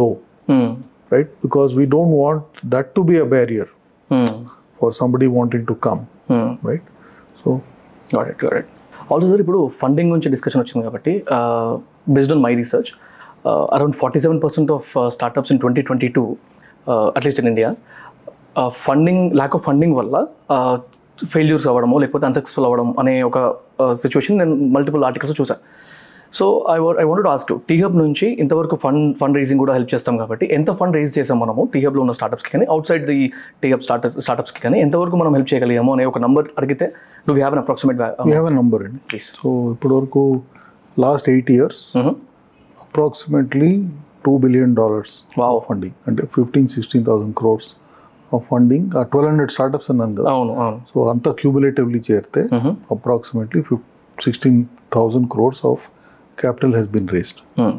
Speaker 2: low
Speaker 1: Hmm.
Speaker 2: right because we don't want that to be a barrier
Speaker 1: Hmm.
Speaker 2: for somebody wanting to come
Speaker 1: Hmm.
Speaker 2: right so
Speaker 1: got it got it also sir ఇప్పుడు funding గురించి discussion వచ్చింది కాబట్టి based on my research around forty seven percent of startups in twenty twenty two at least in India funding lack of funding వల్ల failures అవ్వడము లేకపోతే unsuccessful అవ్వడం అనే ఒక సిచ్యువేషన్ నేను మల్టిపుల్ ఆర్టికల్స్ చూసాను so I I want ask T hub నుంచి ఇంతవరకు ఫండ్ ఫండ్ రైజింగ్ కూడా హెల్ప్ చేస్తాం కాబట్టి ఎంత ఫండ్ రైజ్ చేసాం మనము టీ హబ్లో ఉన్న స్టార్టప్స్కి కానీ outside the T Hub startups స్టార్టప్స్కి కానీ ఎంతవరకు మనం హెల్ప్ చేయగలిగాము అనే ఒక నంబర్ అడిగితే do have an approximate
Speaker 2: we have a number in it.
Speaker 1: Please
Speaker 2: so ఇప్పటివరకు last eight years approximately two billion dollars
Speaker 1: wow
Speaker 2: funding అంటే fifteen sixteen thousand crores of funding twelve hundred startups అన్నాను కదా
Speaker 1: అవును అవును
Speaker 2: సో అంతా cumulatively చేరితే approximately fif sixteen thousand crores of capital has been raised
Speaker 1: Hmm.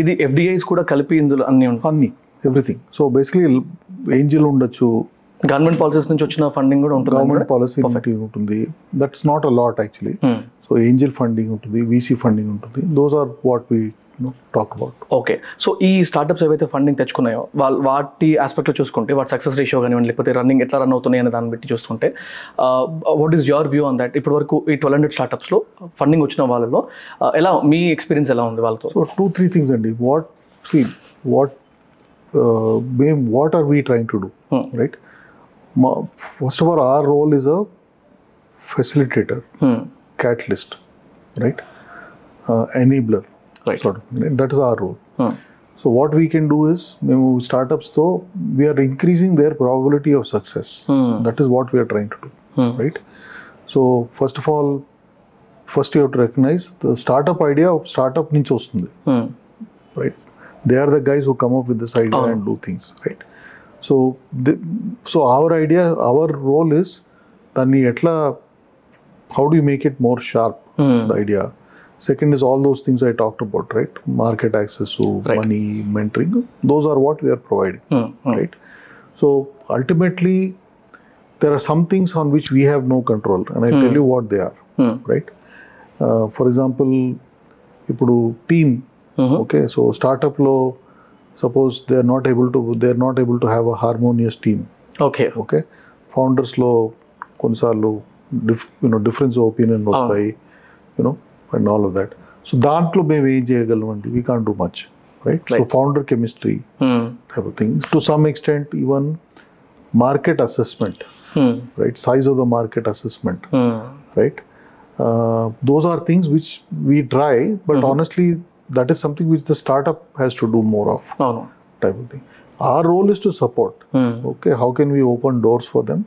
Speaker 1: ఇది FDIs కూడా కలిపి ఇందులో అన్ని ఉంటాయి
Speaker 2: అన్ని ఎవ్రీథింగ్ సో బేసిక్లీ ఏంజిల్ ఉండొచ్చు
Speaker 1: గవర్నమెంట్ పాలసీస్ నుంచి వచ్చిన ఫండింగ్ కూడా ఉంటుంది
Speaker 2: గవర్నమెంట్ పాలసీ ఉంటుంది that's not a lot actually so angel funding ఉంటుంది వీసీ ఫండింగ్ ఉంటుంది those are what we talk about
Speaker 1: okay so ఈ స్టార్టప్స్ ఏవైతే ఫండింగ్ తెచ్చుకున్నాయో వాళ్ళ వాటి ఆస్పెక్ట్లో చూసుకుంటే వాటి సక్సెస్ రేషియో కానివ్వండి లేకపోతే రన్నింగ్ ఎట్లా రన్ అవుతున్నాయి అనే దాన్ని బట్టి చూసుకుంటే what is your view on that ఇప్పటి వరకు ఈ ట్వెల్వ్ హండ్రెడ్ స్టార్టప్స్లో ఫండింగ్ వచ్చిన వాళ్ళలో uh, ఎలా మీ ఎక్స్పీరియన్స్ ఎలా ఉంది వాళ్ళతో
Speaker 2: సో టూ త్రీ థింగ్స్ అండి వాట్ సీ వాట్ మేమ్ what are we trying to do
Speaker 1: Hmm.
Speaker 2: Right మా first of all our role is a facilitator
Speaker 1: Hmm.
Speaker 2: catalyst, right? Uh, enabler,
Speaker 1: Right.
Speaker 2: sort of. thing, right? That is our role.
Speaker 1: Hmm.
Speaker 2: So what we can do is, మేము startups though we are increasing their probability of success.
Speaker 1: Hmm.
Speaker 2: That is what we are trying to do,
Speaker 1: Hmm.
Speaker 2: right? So first of all, first you have to recognize the startup idea of startup నుంచి వస్తుంది
Speaker 1: Hmm.
Speaker 2: right? They are the guys who come up with this idea
Speaker 1: Oh.
Speaker 2: and do things, right? So, the, so our idea, our role is, దాన్ని ఎట్లా how do you make it more sharp,
Speaker 1: Hmm.
Speaker 2: the idea? Second is all those things I talked about, right? Market access, to
Speaker 1: Right.
Speaker 2: money, mentoring. Those are what we are providing,
Speaker 1: Hmm. Hmm.
Speaker 2: right? So ultimately, there are some things on which we have no control, and I tell you what they are,
Speaker 1: Hmm.
Speaker 2: right? Uh, for example, ఇప్పుడు team
Speaker 1: Mhm.
Speaker 2: Okay so స్టార్టప్లో suppose they are not able to they are not able to have a harmonious team
Speaker 1: okay
Speaker 2: okay ఫౌండర్స్లో కొన్నిసార్లు diff you know difference of opinion వస్తాయి you know and all of that so దాంట్లో మేము ఏం చేయగలం అంటే we can do much right so founder chemistry
Speaker 1: Hmm,
Speaker 2: type of things. To some extent, even market assessment,
Speaker 1: hmm,
Speaker 2: right? Size of the market assessment, right? Uh, those are things which we try, but honestly, that is something which the startup has to do more of,
Speaker 1: అవును Hmm,
Speaker 2: type of thing. Our role is to support. Okay, how can we open doors for them?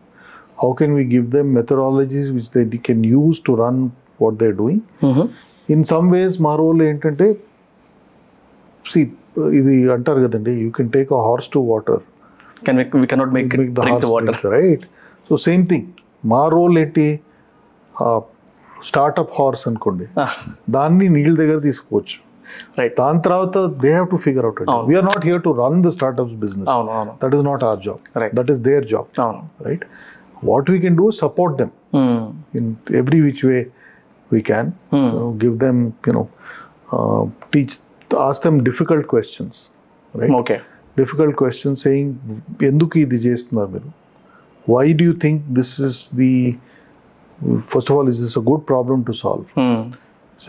Speaker 2: How can we give them methodologies which they can use to run what they're doing?
Speaker 1: hmm.
Speaker 2: In some ways మా role ఏంటంటే see, uh, ఇది అంటారు కదండి you can take a horse to water
Speaker 1: can we cannot make
Speaker 2: make the
Speaker 1: drink
Speaker 2: horse
Speaker 1: the water
Speaker 2: right so same thing మా role ఏంటి startup horse uh, అనుకోండి
Speaker 1: Ah,
Speaker 2: దాన్ని నీళ్ళ దగ్గర తీసుకోవచ్చు
Speaker 1: రైట్
Speaker 2: దాని తర్వాత they have to figure out
Speaker 1: అవును.
Speaker 2: We're not here to run the startups business
Speaker 1: అవును అవును
Speaker 2: that is not our job
Speaker 1: Right.
Speaker 2: That is their job
Speaker 1: అవును
Speaker 2: right what we can do support them in every which way we can.
Speaker 1: Hmm.
Speaker 2: You know, give them, you know, uh, teach, ask them difficult questions, right?
Speaker 1: Okay
Speaker 2: Difficult questions saying, ఎందుకు ఇది చేస్తున్నారు మీరు why do you think this is the first of all is this a good problem to solve
Speaker 1: Hmm,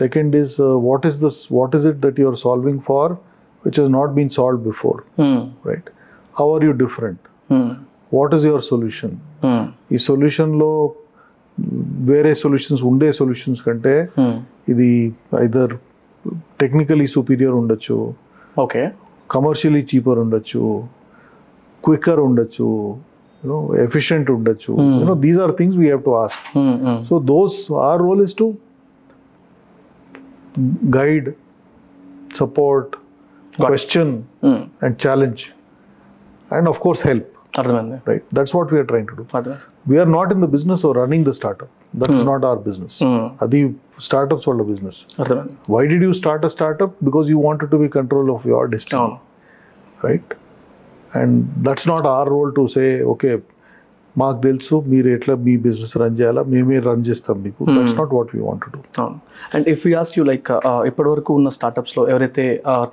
Speaker 2: second is what is this what is it that you are solving for which has not been solve before
Speaker 1: hmm,
Speaker 2: right how are you different what is your solution
Speaker 1: hmm,
Speaker 2: ఈ సొల్యూషన్లో వేరే solutions ఉండే solutions కంటే
Speaker 1: hmm.
Speaker 2: ఇది either technically superior ఉండొచ్చు
Speaker 1: okay
Speaker 2: commercially cheaper ఉండొచ్చు quicker ఉండొచ్చు you know efficient ఉండొచ్చు you know these are things we have to ask
Speaker 1: Hmm,
Speaker 2: so those are role is to guide support question
Speaker 1: hmm.
Speaker 2: And challenge and of course help
Speaker 1: అర్థమైంది
Speaker 2: right that's what we're trying to do
Speaker 1: అర్థమైంది
Speaker 2: we're not in the business are running the startup that is not our business
Speaker 1: Hmm.
Speaker 2: అది startups వాళ్ళ business
Speaker 1: అర్థమైంది
Speaker 2: why did you start a startup because you wanted to be control of your destiny
Speaker 1: అవును
Speaker 2: right and that's not our role to say okay మాకు తెలుసు మీరు ఎట్లా మీ business run చేయాలా మేమే రన్ చేస్తాం మీకు that's not what we want do
Speaker 1: అవును and if you ask you like uh, ఇప్పటివరకు ఉన్న స్టార్టప్స్లో ఎవరైతే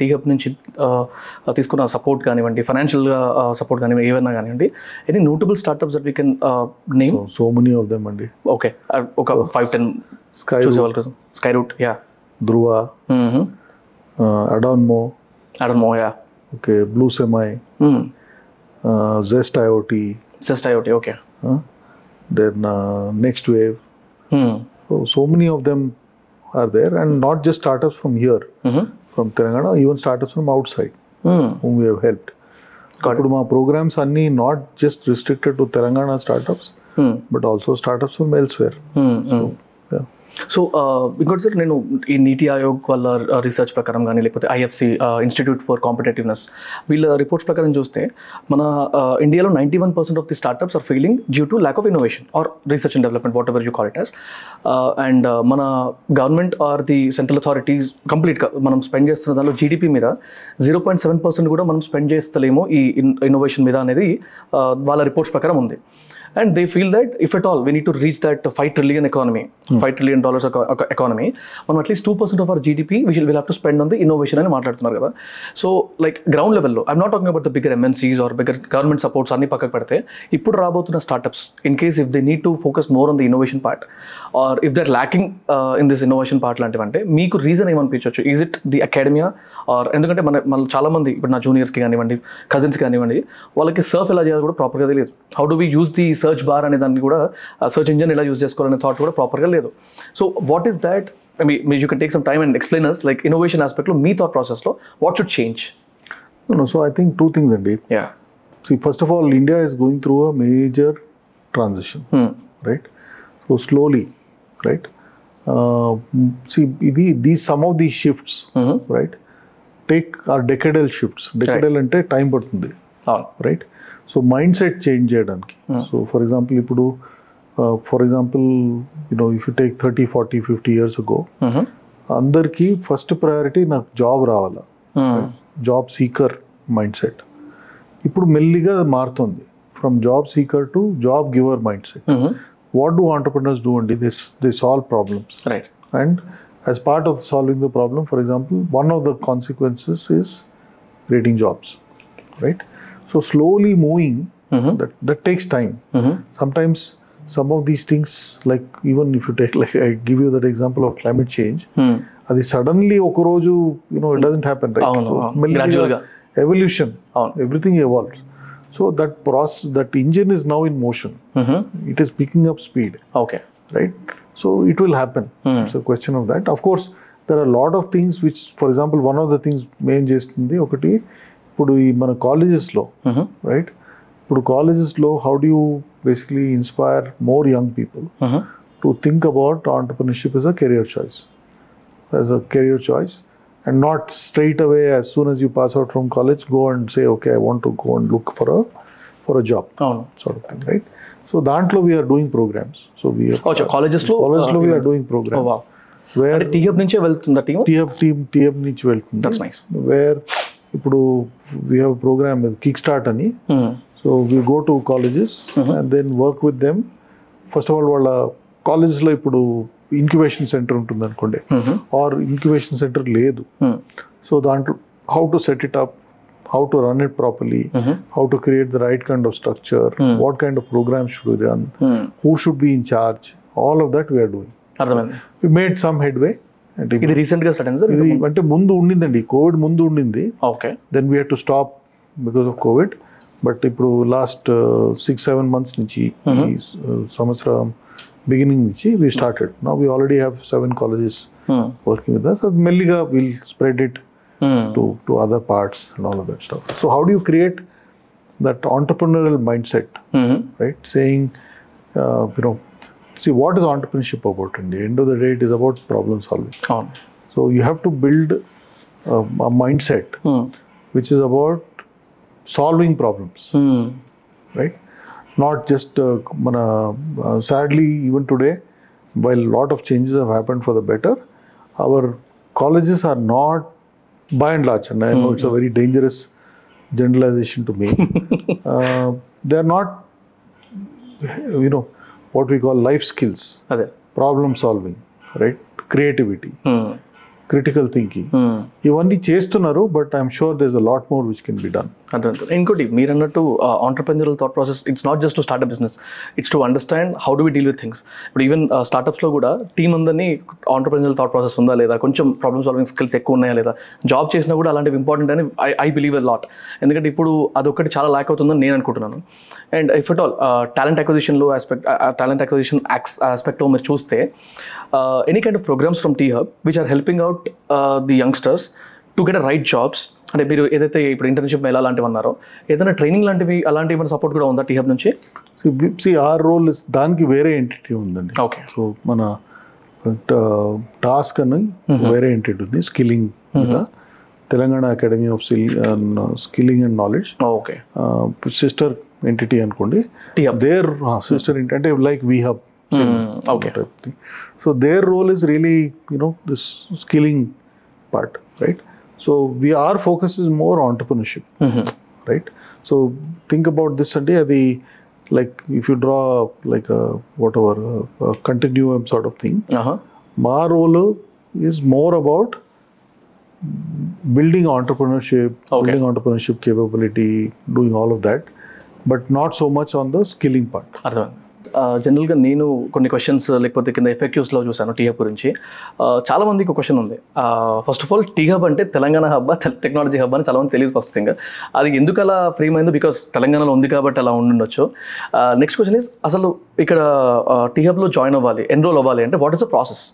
Speaker 1: టీ హబ్ నుంచి uh, తీసుకున్న సపోర్ట్ కానివ్వండి ఫైనాన్షియల్గా సపోర్ట్ కానివ్వండి ఏమైనా కానివ్వండి any notable startups that we can name
Speaker 2: so many of them అండి
Speaker 1: ఓకే Uh, ఒక ఫైవ్ టెన్
Speaker 2: స్కై
Speaker 1: చూసే వాళ్ళ కోసం Mm-hmm. స్కై రూట్ యా
Speaker 2: ధృవ uh, అడాన్మో
Speaker 1: అడన్ మోయా
Speaker 2: ఓకే blue semi
Speaker 1: Mm.
Speaker 2: uh, just IoT
Speaker 1: సెస్ట్ IoT okay
Speaker 2: then next wave
Speaker 1: Mm-hmm.
Speaker 2: So many of them are there and not just startups from here
Speaker 1: Mm-hmm.
Speaker 2: From Telangana even startups from outside whom we have helped.
Speaker 1: Got
Speaker 2: ఇప్పుడు మా programmes అన్నీ not just restricted to Telangana startups but also startups from elsewhere
Speaker 1: Mm-hmm. So uh, ఇంకోటి sir నేను ఈ నీతి ఆయోగ్ వాళ్ళ research ప్రకారం కానీ లేకపోతే ఐఎఫ్సి ఇన్స్టిట్యూట్ ఫర్ కాంపిటేటివ్నెస్ వీళ్ళ రిపోర్ట్స్ ప్రకారం చూస్తే మన uh, ఇండియాలో ninety one percent of the startups are failing due to lack of innovation or research and development whatever you call it as and Uh, మన government or the central authorities కంప్లీట్గా మనం spend చేస్తున్న దానిలో GDP మీద zero point seven percent కూడా మనం spend చేస్తలేము ఈ innovation మీద అనేది uh, వాళ్ళ రిపోర్ట్స్ ప్రకారం ఉంది and they feel that if at all we need to reach that five trillion economy five trillion dollars economy మనం at least two percent of our GDP will will have to spend on the innovation అని మాట్లాడుతున్నారు కదా so like ground లెవెల్లో I'm not talking about the bigger MNCs or bigger government supports అన్ని పక్కకు పెడితే ఇప్పుడు రాబోతున్న startups in case if they need to focus more on the innovation part are if there lacking in this innovation part లాంటివంటే మీకు reason ఏమనిపించవచ్చు is it the academia or ఎందుకంటే మన మన చాలామంది ఇప్పుడు నా జూనియర్స్కి కానివ్వండి కజిన్స్ కానివ్వండి వాళ్ళకి సర్ఫ్ ఎలా చేయాలో కూడా ప్రాపర్గా తెలియదు how do we use the search bar అనే దాన్ని కూడా సర్చ్ ఇంజిన్ ఎలా యూజ్ చేసుకోవాలనే థాట్ కూడా ప్రాపర్గా లేదు so what is that I me you can take some time and explainers like innovation ఆస్పెక్ట్లో మీ థాట్ ప్రాసెస్లో what should change
Speaker 2: so I think two things అండి
Speaker 1: yeah
Speaker 2: see first of all India is going through a major transition
Speaker 1: Hmm.
Speaker 2: Right so slowly right Uh, C ఇది the some of the shifts right take are decadal shifts decadal అంటే time పడుతుంది
Speaker 1: అవును
Speaker 2: right so mindset change చేయడానికి so for example ఇప్పుడు uh, for example you know if you take thirty forty fifty years ago
Speaker 1: Hmm.
Speaker 2: అందరికీ first priority నాకు job రావాలా
Speaker 1: Hmm.
Speaker 2: Job seeker mindset ఇప్పుడు మెల్లిగా అది మారుతుంది from job seeker to job giver mindset
Speaker 1: Hmm.
Speaker 2: What do entrepreneurs do అండి this they solve problems
Speaker 1: right
Speaker 2: and as part of solving the problem for example one of the consequences is creating jobs
Speaker 1: Mm-hmm. Hmm.
Speaker 2: right so slowly moving that, that takes time sometimes some of these things, like even if you take, like I give you that example of climate change,
Speaker 1: Hmm.
Speaker 2: అది suddenly ఒక రోజు you know it doesn't happen
Speaker 1: అవును, అవును. Gradual గా.
Speaker 2: Evolution
Speaker 1: అవును.
Speaker 2: Everything evolve so that process that engine is now in motion
Speaker 1: hmm.
Speaker 2: It is picking up speed
Speaker 1: okay
Speaker 2: right? So it will happen. It's a question of that. Of course, there are a lot of things which, for example, one of the things main చేస్తుంది ఒకటి ఇప్పుడు ఈ మన కాలేజెస్లో right ఇప్పుడు కాలేజెస్లో how do you basically inspire more young people
Speaker 1: hmm.
Speaker 2: To think about entrepreneurship is a career choice as a career choice and not straight away as soon as you pass out from college go and say okay I want to go and look for a for a job
Speaker 1: అవును
Speaker 2: sort of thing, right? So Dantlo we are doing programs. So we are
Speaker 1: okay కాలేజెస్లో
Speaker 2: College-lo we are doing programs
Speaker 1: Oh, wow.
Speaker 2: where
Speaker 1: అంటే tea hub నుంచే వెళ్తుందా tea
Speaker 2: TF team TF నుంచి వెళ్తుంది.
Speaker 1: That's nice.
Speaker 2: Where ఇప్పుడు we have a program with Kickstart అని.
Speaker 1: Hmm.
Speaker 2: So we go to colleges
Speaker 1: Mm-hmm.
Speaker 2: and then work with them. First of all వాళ్ళ colleges లో ఇప్పుడు incubation centre ఉంటుంది అనుకోండి
Speaker 1: Hmm.
Speaker 2: Or incubation centre లేదు so దాంట్లో how to set it up how to run it properly
Speaker 1: Hmm.
Speaker 2: How to create the right kind of structure what kind of programme should run
Speaker 1: Hmm.
Speaker 2: Who should be in charge all of that we're doing
Speaker 1: అర్థమైంది
Speaker 2: we made some headway అంటే
Speaker 1: ఇది recent గా start అయింది sir
Speaker 2: ఇది అంటే ముందు ఉండిందండి Covid ముందు ఉండింది
Speaker 1: okay
Speaker 2: then we had to stop because of Covid but ఇప్పుడు uh, last six seven months నుంచి ఈ స- సంవత్సరం బిగినింగ్ నుంచి వీ స్టార్టెడ్ నా we already have seven colleges
Speaker 1: Hmm.
Speaker 2: Working with us అది మెల్లిగా will spread it to to other parts and all of that stuff. So how do you create that entrepreneurial mindset,
Speaker 1: Hmm.
Speaker 2: right? Saying, uh, you know, see what is entrepreneurship about? In the end of the day, it is about problem solving.
Speaker 1: అవును
Speaker 2: So you have to build a, a mindset
Speaker 1: Hmm.
Speaker 2: which is about solving problems,
Speaker 1: Hmm.
Speaker 2: right? Not just uh, mana- uh, sadly even today, while a lot of changes have happened for the better, our colleges are not by and large, and I know it's a very dangerous generalization to make. uh, they are not, you know, what we call life skills,
Speaker 1: అదే
Speaker 2: problem solving, right? Creativity,
Speaker 1: Hmm.
Speaker 2: critical thinking.
Speaker 1: Hmm.
Speaker 2: ఇవన్నీ చేస్తున్నారు but I'm sure there's a lot more which can be done
Speaker 1: అర్థమవుతుంది ఇంకోటి మీరు అన్నట్టు entrepreneurial thought process it's not just to start business it's to understand how do we deal with things ఇప్పుడు even స్టార్ట్అప్స్లో కూడా team అందరినీ ఆంటర్ప్రెన్యూరల్ thought ప్రాసెస్ ఉందా లేదా కొంచెం ప్రాబ్లమ్ సాల్వింగ్ స్కిల్స్ ఎక్కువ ఉన్నాయా లేదా జాబ్ చేసినా కూడా అలాంటివి ఇంపార్టెంట్ అని I I believe a lot ఎందుకంటే ఇప్పుడు అదొకటి చాలా లాక్ అవుతుందని నేను అనుకుంటున్నాను and if it all talent అక్విజిషన్లో ఆస్పెక్ట్ టాలెంట్ అక్విజిషన్ ఆస్పెక్ట్లో మీరు చూస్తే any kind of programmes from T Hub which are helping out the youngsters to get right jobs అంటే మీరు ఏదైతే ఇప్పుడు ఇంటర్న్షిప్ ఎలా లాంటివి అన్నారో ఏదైనా ట్రైనింగ్ లాంటివి అలాంటి ఏమైనా సపోర్ట్ కూడా ఉందా టీహబ్ నుంచి
Speaker 2: సి ఆర్ రోల్ దానికి వేరే ఎంటిటీ ఉందండి
Speaker 1: ఓకే
Speaker 2: సో మన uh, టాస్క్ అని వేరే ఎంటిటీ ఉంది స్కిల్లింగ్ మీద Telangana academy of uh, skilling and knowledge
Speaker 1: okay
Speaker 2: sister entity uh, అనుకోండి
Speaker 1: టీహబ్
Speaker 2: దేర్ సిస్టర్ అంటే లైక్ వీ Hub
Speaker 1: Hmm. Okay
Speaker 2: so their role is really you know this skilling part right so we are focus is more entrepreneurship
Speaker 1: Hmm.
Speaker 2: right? So think about this Sunday. The like if you draw like a whatever a, a continuum sort of thing,
Speaker 1: Uh-huh.
Speaker 2: my role is more about building entrepreneurship,
Speaker 1: Okay.
Speaker 2: building entrepreneurship capability, doing all of that, but not so much on the skilling part.
Speaker 1: అర్థమైంది జనరల్గా నేను కొన్ని questions లేకపోతే కింద ఎఫెక్యూస్లో చూశాను T Hub గురించి Uh, చాలా మందికి ఒక క్వశ్చన్ ఉంది ఫస్ట్ ఆఫ్ ఆల్ టీహబ్ అంటే తెలంగాణ హబ్ టెక్నాలజీ హబ్ అని చాలా మంది తెలియదు ఫస్ట్ థింగ్ అది ఎందుకు అలా ఫ్రేమ్ అయింది బికాస్ తెలంగాణలో ఉంది కాబట్టి అలా ఉండుండొచ్చు నెక్స్ట్ క్వశ్చన్ ఇస్ అసలు ఇక్కడ టీహబ్లో జాయిన్ అవ్వాలి ఎన్రోల్ అవ్వాలి అంటే వాట్ ఇస్ ద ప్రాసెస్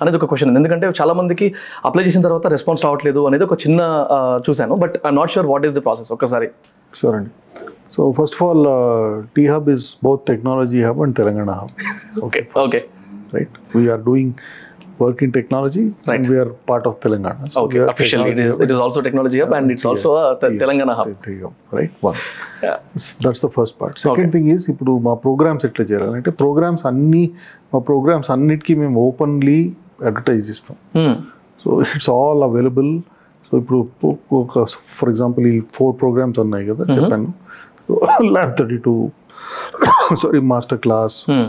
Speaker 1: అనేది ఒక క్వశ్చన్ ఎందుకంటే చాలా మందికి అప్లై చేసిన తర్వాత రెస్పాన్స్ రావట్లేదు అనేది ఒక చిన్న uh, చూశాను but I not sure what is the process ఒకసారి
Speaker 2: Sure. Andy. So first of all, uh, T Hub is both technology hub and Telangana hub.
Speaker 1: Okay okay
Speaker 2: right? We are doing work in technology
Speaker 1: Right.
Speaker 2: and we are part of Telangana. So
Speaker 1: Okay,
Speaker 2: we are
Speaker 1: officially, it is,
Speaker 2: technology
Speaker 1: it is also technology hub and it's also a te- Telangana hub.
Speaker 2: hub. Telangana, Right? One.
Speaker 1: Yeah.
Speaker 2: That's the first part second thing is ఇప్పుడు మా programmes ఎట్లా చేయాలంటే programmes అన్ని మా programmes అన్నిటికీ మేము openly advertise ఇస్తాం
Speaker 1: Hmm.
Speaker 2: So it's all available so ఇప్పుడు ఒక- ఒక ఫర్ ఎగ్జాంపుల్ ఈ ఫోర్ ప్రోగ్రామ్స్ ఉన్నాయి కదా చెప్పాను lab thirty two sorry master class
Speaker 1: Hmm.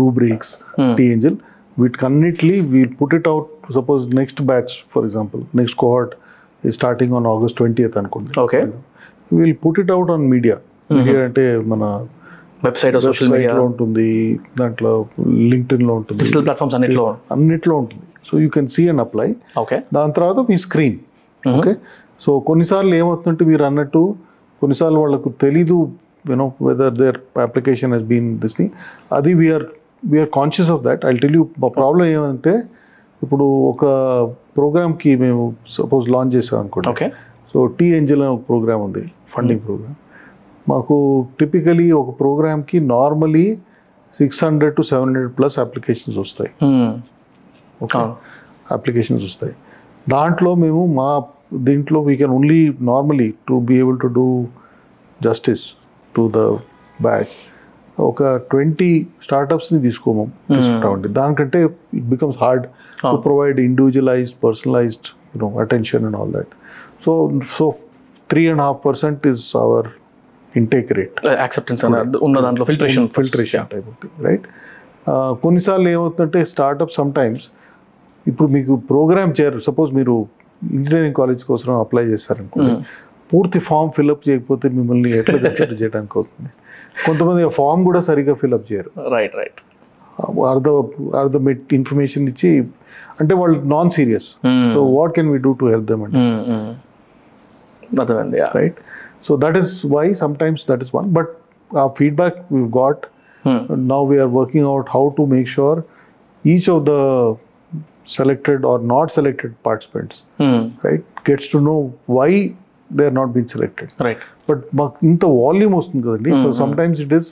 Speaker 2: Rubrics T angel వీటికన్నిటిలీ we put it out suppose next batch for example next cohort starting on August twenty అనుకోండి
Speaker 1: Okay.
Speaker 2: Will put it out on media media అంటే మన
Speaker 1: website social media
Speaker 2: వెబ్సైట్లో ఉంటుంది దాంట్లో లింక్డ్ఇన్లో ఉంటుంది
Speaker 1: digital platforms అన్నిట్లో
Speaker 2: అన్నిట్లో ఉంటుంది so you can see and apply
Speaker 1: okay
Speaker 2: దాని తర్వాత మీ స్క్రీన్
Speaker 1: Hmm.
Speaker 2: ఓకే సో కొన్నిసార్లు ఏమవుతుందంటే మీరు అన్నట్టు కొన్నిసార్లు వాళ్ళకు తెలీదు you know whether their application has been this thing అది we're we're conscious of that I tell you మా ప్రాబ్లం ఏమంటే ఇప్పుడు ఒక ప్రోగ్రామ్కి మేము సపోజ్ లాంచ్ చేసాం అనుకోండి
Speaker 1: ఓకే
Speaker 2: సో టీ ఏంజల్ అనే ఒక ప్రోగ్రామ్ ఉంది ఫండింగ్ ప్రోగ్రామ్ మాకు టిపికలీ ఒక ప్రోగ్రామ్కి normally six hundred to seven hundred plus applications వస్తాయి
Speaker 1: Hmm.
Speaker 2: ఓకే
Speaker 1: అవును.
Speaker 2: అప్లికేషన్స్ వస్తాయి దాంట్లో మేము మా దీంట్లో we can only normally to be able to do justice to the batch ఒక ట్వంటీ స్టార్టప్స్ని తీసుకోము తీసుకుంటామండి దానికంటే it becomes hard to provide individualised personalised you know attention and all that so so three and half percent is our intake rate
Speaker 1: acceptance uh, ఉన్న దాంట్లో filtration
Speaker 2: filtration type of thing right కొన్నిసార్లు ఏమవుతుందంటే startup some times ఇప్పుడు మీకు programme చేరు suppose మీరు engineering college కోసం apply చేస్తారనుకోండి
Speaker 1: Hmm.
Speaker 2: పూర్తి ఫామ్ ఫిల్అప్ చేయకపోతే మిమ్మల్ని ఎట్లా కన్సిడర్ చేయడానికి అవుతుంది కొంతమంది ఆ ఫామ్ కూడా సరిగ్గా ఫిల్అప్ చేయరు
Speaker 1: రైట్ రైట్
Speaker 2: అర్ధ అర్ధ మెట్ ఇన్ఫర్మేషన్ ఇచ్చి అంటే వాళ్ళు non serious
Speaker 1: Hmm.
Speaker 2: So what can we do to help them and
Speaker 1: అర్థమైంది
Speaker 2: right so that is why sometimes that is one but uh feedback we got now we are working out how to make sure each of the selected or not selected participants right gets to know why they are not being selected
Speaker 1: right
Speaker 2: but మాకు ఇంత volume వస్తుంది కదండి so sometimes it is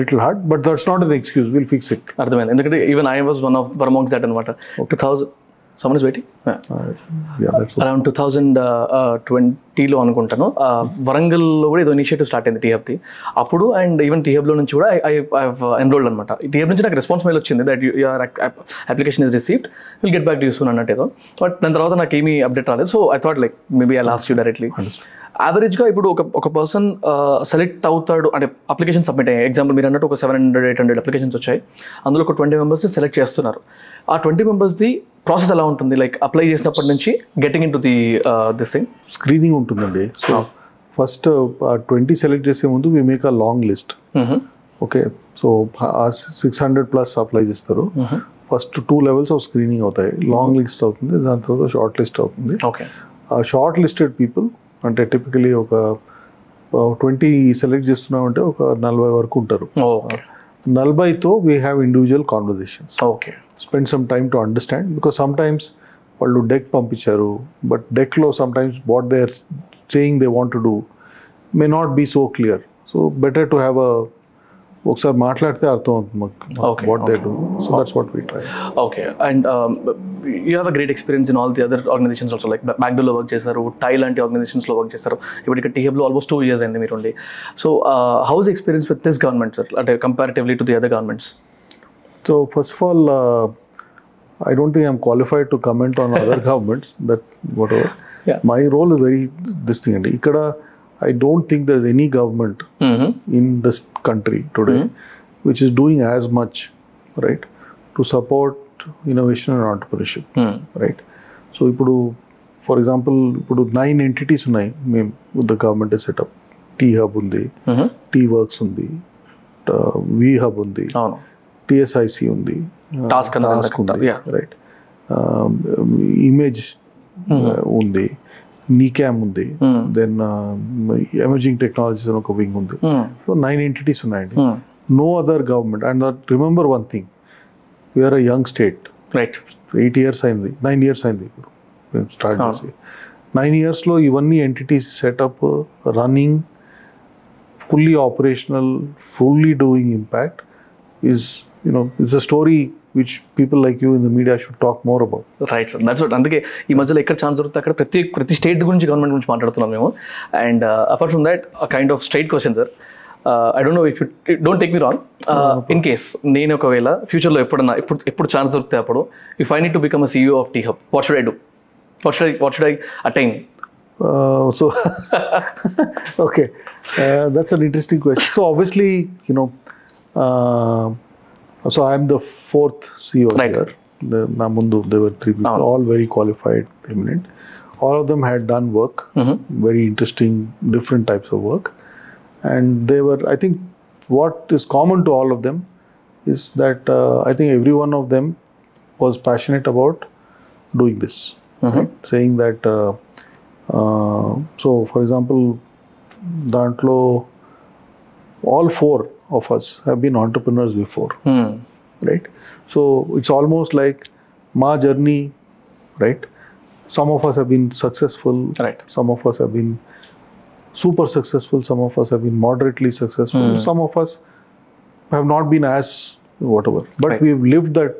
Speaker 2: little hard but that's not an excuse will fix it
Speaker 1: అర్థమైంది ఎందుకంటే even I was one of our amongst that అనమాట two thousand summons waiting
Speaker 2: Uh,
Speaker 1: around two thousand ట్వంటీలో uh, అనుకుంటాను Uh, వరంగల్లో కూడా ఏదో initiative start అయింది టీహబ్ది అప్పుడు అండ్ ఈవెన్ టీహబ్లో E నుంచి కూడా ఐ ఐ ఎన్రోల్డ్ అనమాట టీహబ్ E నుంచి నాకు రెస్పాన్స్ మెయిల్ వచ్చింది that your application is received will get back to us అన్నట్టు ఏదో బట్ దాని తర్వాత నాకు ఏమీ అప్డేట్ రాలేదు so I thought like maybe I lost you directly యావరేజ్గా ఇప్పుడు ఒక ఒక పర్సన్ సెలెక్ట్ అవుతాడు అంటే అప్లికేషన్ సబ్మిట్ అయ్యాయి ఎగ్జాంపుల్ మీరు అన్నట్టు ఒక seven hundred eight hundred applications వచ్చాయి అందులో ఒక ట్వంటీ మెంబర్స్ని సెలెక్ట్ చేస్తున్నారు ఆ ట్వంటీ మెంబర్స్ది ప్రాసెస్ ఎలా ఉంటుంది లైక్ అప్లై చేసినప్పటి నుంచి getting into the this thing
Speaker 2: screening ఉంటుందండి సో ఫస్ట్ ట్వంటీ సెలెక్ట్ చేసే ముందు we make a long list
Speaker 1: Mm-hmm.
Speaker 2: Okay so six hundred plus apply చేస్తారు
Speaker 1: Mm-hmm.
Speaker 2: First two levels of screening అవుతాయి long list అవుతుంది దాని తర్వాత short list అవుతుంది
Speaker 1: okay
Speaker 2: ఆ షార్ట్ లిస్టెడ్ పీపుల్ అంటే టిపికలీ ఒక ట్వంటీ సెలెక్ట్ చేస్తున్నామంటే ఒక నలభై వరకు ఉంటారు
Speaker 1: ఓకే
Speaker 2: నలభైతో we have individual conversations
Speaker 1: okay
Speaker 2: spend some time to understand because sometimes వాళ్ళు డెక్ పంపించారు బట్ డెక్లో sometimes what they are saying they want do may not be so clear so better to have a ఒకసారి మాట్లాడితే అర్థం అవుతుంది
Speaker 1: Okay,
Speaker 2: మాకు what they do so that's what we try
Speaker 1: okay and you have a great experience in all the other organisations also like బెంగళూరులో work చేశారు టై లాంటి ఆర్గనైజేషన్స్లో work చేశారు ఇప్పుడు ఇక్కడ టీహబ్లో ఆల్మోస్ట్ టూ ఇయర్స్ అయింది uh, మీరు ఉండి so how's experience with this government sir అంటే comparatively to the other governments
Speaker 2: So first of all, uh, I don't think I'm qualified to comment on other governments. That's whatever.
Speaker 1: Yeah.
Speaker 2: My role is very this thing. అండి. ఇక్కడ I don't think there's any government in this country today
Speaker 1: Hmm.
Speaker 2: which is doing as much, right, to support innovation and entrepreneurship, right? So ఇప్పుడు for example, ఇప్పుడు nine entities ఉన్నాయి మేము the government setup T hub ఉంది T works ఉంది వి hub ఉంది
Speaker 1: అవును
Speaker 2: TSIC ఉంది
Speaker 1: Task అన్నది ఇందాక
Speaker 2: ఉంది
Speaker 1: yeah.
Speaker 2: Right Um, image uh,
Speaker 1: Hmm.
Speaker 2: ఉంది నీక్యామ్ ఉంది దెన్ um, ఎమర్జింగ్ టెక్నాలజీస్ అని ఒక వింగ్ ఉంది సో నైన్ ఎంటిటీస్ ఉన్నాయండి no other government and that remember one thing we're a young state
Speaker 1: right
Speaker 2: eight years అయింది నైన్ ఇయర్స్ అయింది ఇప్పుడు మేము స్టార్ట్ చేసి నైన్ ఇయర్స్లో ఇవన్నీ entities setup running fully operational fully doing impact is you know it's a story which people like you in the media should talk more about
Speaker 1: right sir that's అందుకే ఈ మధ్యలో ఎక్కడ ఛాన్స్ దొరుకుతుంది అక్కడ ప్రతి ప్రతి స్టేట్ గురించి గవర్నమెంట్ గురించి మాట్లాడుతున్నాం మేము uh, and apart from that kind of straight question sir I don't know if you don't take me wrong in case Uh, నేను ఒకవేళ ఫ్యూచర్లో ఎప్పుడన్నా ఎప్పుడు ఎప్పుడు ఛాన్స్ దొరికితే అప్పుడు if I need to become a CEO of T hub what should I do what should I what should I attain
Speaker 2: Uh, so, okay, uh, that's an interesting question. So, obviously, you know, uh, so I'm the fourth CEO
Speaker 1: Right.
Speaker 2: here. The Namundu, there were three people,
Speaker 1: Ah.
Speaker 2: all very qualified, eminent. All of them had done work, very interesting, different types of work. And they were, I think, what is common to all of them is that uh, I think every one of them was passionate about doing this, right? saying that. Uh, uh, so, for example, దాంట్లో all four of us have been entrepreneurs before right? So it's almost like my journey, right? Some of us have been successful,
Speaker 1: Right.
Speaker 2: some of us have been super successful, some of us have been moderately successful,
Speaker 1: Hmm.
Speaker 2: some of us have not been as whatever, but
Speaker 1: Right.
Speaker 2: we've lived that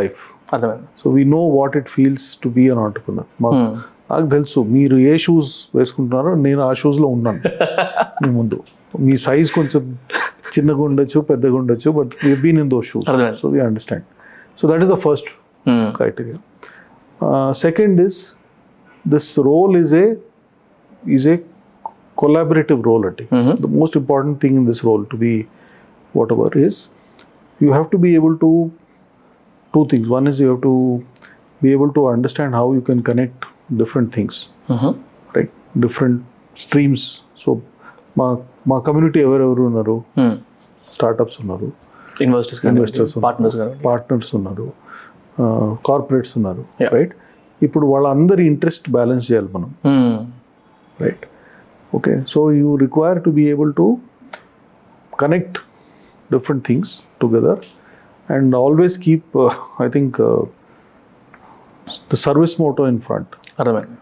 Speaker 2: life.
Speaker 1: అర్థమైంది
Speaker 2: so we know what it feels to be an entrepreneur మాకు నాకు తెలుసు మీరు ఏ shoes వేసుకుంటున్నారో నేను ఆ షూస్లో ఉన్నాను మీ ముందు మీ size కొంచెం చిన్నగా ఉండొచ్చు పెద్దగా ఉండొచ్చు but we been in those shoes
Speaker 1: Otherwise.
Speaker 2: So we understand so that is the first
Speaker 1: Hmm.
Speaker 2: Criteria second is this role is a is a collaborative role అండి the most important thing in this role to be whatever is you have to be able to two things. One is you have to be able to understand how you can connect different things,
Speaker 1: Mhm.
Speaker 2: right? Different streams. So, మా మా community ఎవరెవరు ఉన్నారు
Speaker 1: Hmm.
Speaker 2: Startups ఉన్నారు
Speaker 1: investors
Speaker 2: investors
Speaker 1: partners కానీ
Speaker 2: partners ఉన్నారు corporates ఉన్నారు
Speaker 1: Yeah.
Speaker 2: Right ఇప్పుడు వాళ్ళందరి ఇంట్రెస్ట్ బ్యాలెన్స్ చేయాలి మనం
Speaker 1: Hmm.
Speaker 2: Right okay so you require to be able to connect different things together and always keep I think the service motto in front
Speaker 1: అర్థమైంది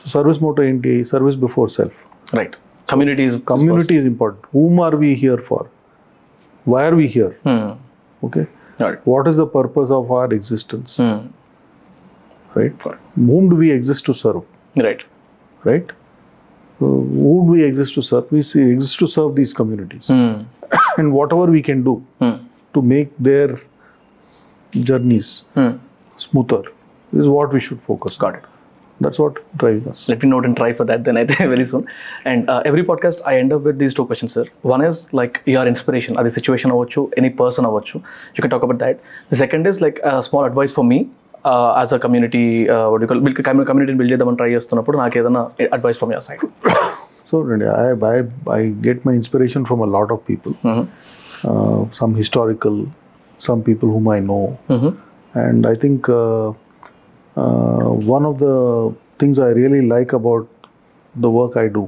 Speaker 2: so service motto ఏంటి service before self
Speaker 1: right communities
Speaker 2: community is important whom are we here for why are we here
Speaker 1: Hmm.
Speaker 2: Okay what is the purpose of our existence
Speaker 1: Hmm.
Speaker 2: Right whom do we exist to serve
Speaker 1: right
Speaker 2: right Uh, whom we exist to serve we exist to serve these communities and whatever we can do to make their journeys smoother is what we should focus on.
Speaker 1: Got it
Speaker 2: That's what driving us.
Speaker 1: let me note and try for that then I think very soon. And uh, every podcast I end up with these two questions, sir. One is like your inspiration, are the situation avachu, any person avachu. You can talk about that. The second is like a small advice for me. Uh, as a community, uh, what do you call it? కమ్యూనిటీని build చేద్దామని try చేస్తున్నప్పుడు నాకు ఏదైనా advice from your side
Speaker 2: So really, I, I, I get my inspiration from a lot of people, uh, some historical, some people whom I know. And I think uh, uh, one of the things I really like about the work I do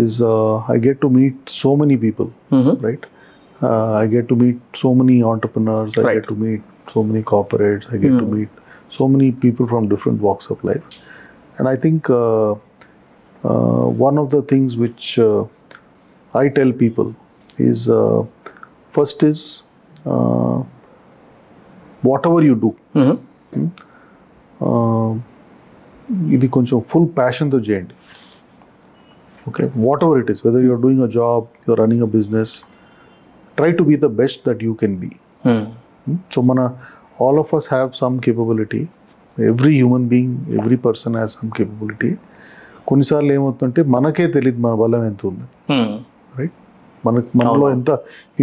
Speaker 2: is uh, I get to meet so many people, right? Uh, I get to meet so many entrepreneurs, I
Speaker 1: Right.
Speaker 2: get to meet so many corporates, I get to meet so many people from different walks of life. And I think uh, uh, one of the things which uh, I tell people is uh, first is uh, whatever you do,
Speaker 1: Mm-hmm.
Speaker 2: ఇది కొంచెం full ప్యాషన్తో చేయండి okay whatever it is whether you're doing a job you're running a business try to be the best that you can be
Speaker 1: Mm-hmm.
Speaker 2: So మన all of us have some capability every human being every person have some capability కొన్నిసార్లు ఏమవుతుందంటే మనకే తెలియదు మన బలం ఎంత ఉంది
Speaker 1: Mm-hmm.
Speaker 2: Right మనకు మనలో ఎంత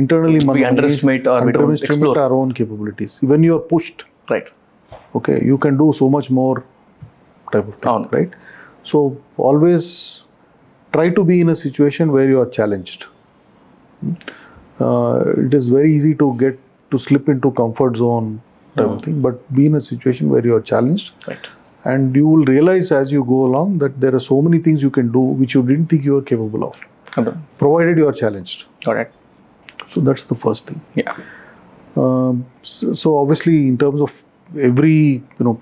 Speaker 2: internally
Speaker 1: We underestimate or we don't explore.
Speaker 2: Our own capabilities even you are pushed
Speaker 1: right
Speaker 2: okay you can do so much more type of thing
Speaker 1: Avunu.
Speaker 2: right so always try to be in a situation where you are challenged Hmm? uh, it is very easy to get to slip into comfort zone type of thing but be in a situation where you are challenged
Speaker 1: right
Speaker 2: and you will realize as you go along that there are so many things you can do which you didn't think you were capable of
Speaker 1: అర్థం
Speaker 2: provided you are challenged
Speaker 1: got it
Speaker 2: so that's the first thing
Speaker 1: yeah
Speaker 2: um, so, so obviously in terms of every you know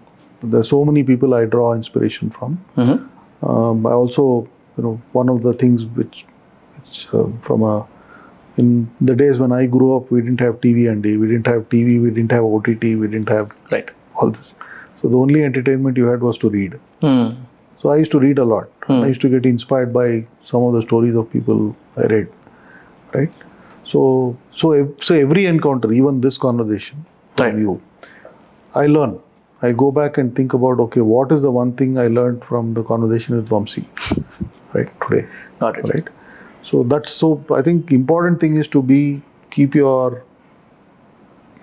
Speaker 2: there's so many people i draw inspiration from
Speaker 1: Mm-hmm.
Speaker 2: um, i also you know one of the things which, which uh, from a in the days when i grew up we didn't have tv and d we didn't have tv we didn't have ott we didn't have
Speaker 1: right
Speaker 2: all this so the only entertainment you had was to read
Speaker 1: Mm-hmm.
Speaker 2: so I used to read a lot. I used to get inspired by some of the stories of people I read, right? So, so, ev- so every encounter, even this conversation from
Speaker 1: Right.
Speaker 2: you, I learn. I go back and think about okay, what is the one thing I learned from the conversation with Vamsi, right today,
Speaker 1: got it
Speaker 2: right? So that's so. I think important thing is to be keep your,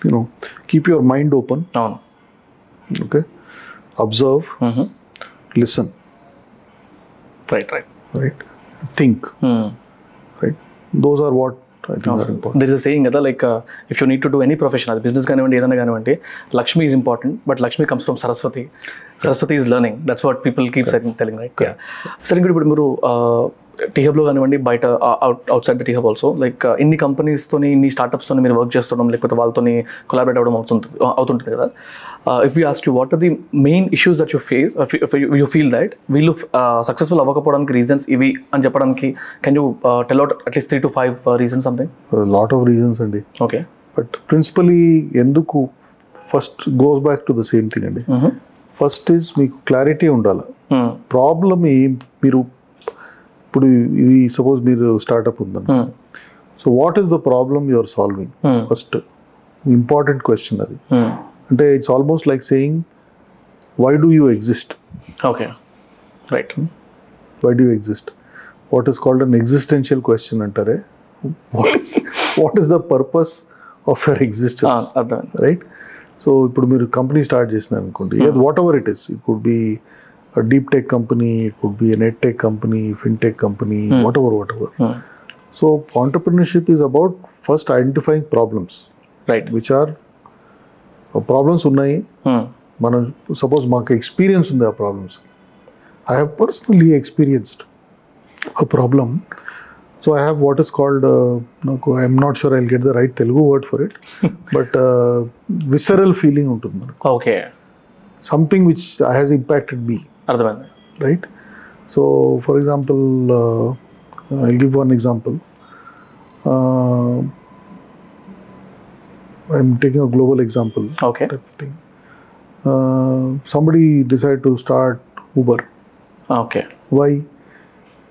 Speaker 2: you know, keep your mind open.
Speaker 1: అవును
Speaker 2: Okay, observe,
Speaker 1: Mm-hmm.
Speaker 2: listen,
Speaker 1: right right
Speaker 2: right? Think. right? Those are what I think are important.
Speaker 1: There is a saying కదా uh, like if you need to do any profession అది business కానివ్వండి ఏదైనా కానివ్వండి Lakshmi is important but Lakshmi comes from Saraswati Saraswati is learning that's what people keep telling right సరే ఇంకోటి ఇప్పుడు మీరు tea హబ్లో కానివ్వండి బయట uh, outside the tea hub also like uh, ఇన్ని కంపెనీస్తోని ఇన్ని స్టార్టప్స్తోని మీరు వర్క్ చేస్తుండడం లేకపోతే వాళ్ళతోని కొలాబరేట్ అవ్వడం అవుతుంటుంది అవుతుంటుంది కదా Uh, if you ask you what are the main issues that you face you feel that వీళ్ళు సక్సెస్ఫుల్ అవ్వకపోవడానికి రీజన్స్ ఇవి అని చెప్పడానికి uh, can you tell out at least three to five reasons something
Speaker 2: lot of reasons అండి
Speaker 1: okay
Speaker 2: but principally ఎందుకు first goes back to the same thing అండి first is మీకు clarity ఉండాలి
Speaker 1: Hmm.
Speaker 2: ప్రాబ్లం ఏం మీరు ఇప్పుడు ఇది సపోజ్ మీరు స్టార్ట్అప్ ఉందండి
Speaker 1: Mm. Hmm.
Speaker 2: So what is the problem you are solving first important question అది
Speaker 1: Hmm.
Speaker 2: అంటే it's almost like saying why do you exist
Speaker 1: okay right
Speaker 2: why do exist what is called an existential question అంటారే what is what is the purpose of your
Speaker 1: Ah,
Speaker 2: existence
Speaker 1: అర్థమైంది
Speaker 2: right so ఇప్పుడు మీరు company start చేసినారు అనుకోండి whatever it is it could be deep tech company it could B net tech company fintech company whatever whatever
Speaker 1: Hmm.
Speaker 2: So entrepreneurship is about first identifying problems
Speaker 1: right
Speaker 2: which are problems uh, ఉన్నాయి
Speaker 1: Hmm.
Speaker 2: మనం suppose మాకు experience ఉంది ఆ problems I have personally experienced ఆ problem so I have what is called uh, నాకు I'm not sure I get the right Telugu word for it but visceral feeling uh, ఉంటుంది మనకు
Speaker 1: okay
Speaker 2: something which has impacted me
Speaker 1: అర్థమైంది
Speaker 2: right so for example uh, I give one example Uh, I'm taking a global example
Speaker 1: okay
Speaker 2: type of thing. Uh, somebody decided to start Uber.
Speaker 1: Okay
Speaker 2: Why?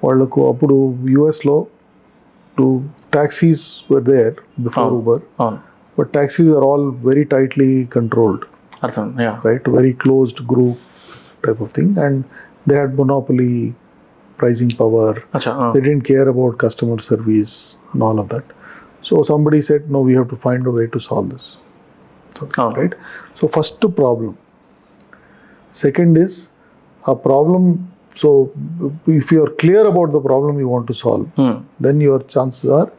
Speaker 2: వాళ్ళకు అప్పుడు యుఎస్లో to taxis were there before
Speaker 1: Oh.
Speaker 2: Uber
Speaker 1: అవును
Speaker 2: but taxis are all very tightly controlled
Speaker 1: అర్థమైంది yeah
Speaker 2: right very closed group type of thing and they had monopoly pricing power
Speaker 1: అచ్చా
Speaker 2: they didn't care about customer service and all of that. So somebody said, no, we have to find a way to solve this. So,
Speaker 1: Oh.
Speaker 2: Right? So first problem. Second is a problem. So if you are clear about the problem you want to solve,
Speaker 1: Hmm.
Speaker 2: then your chances are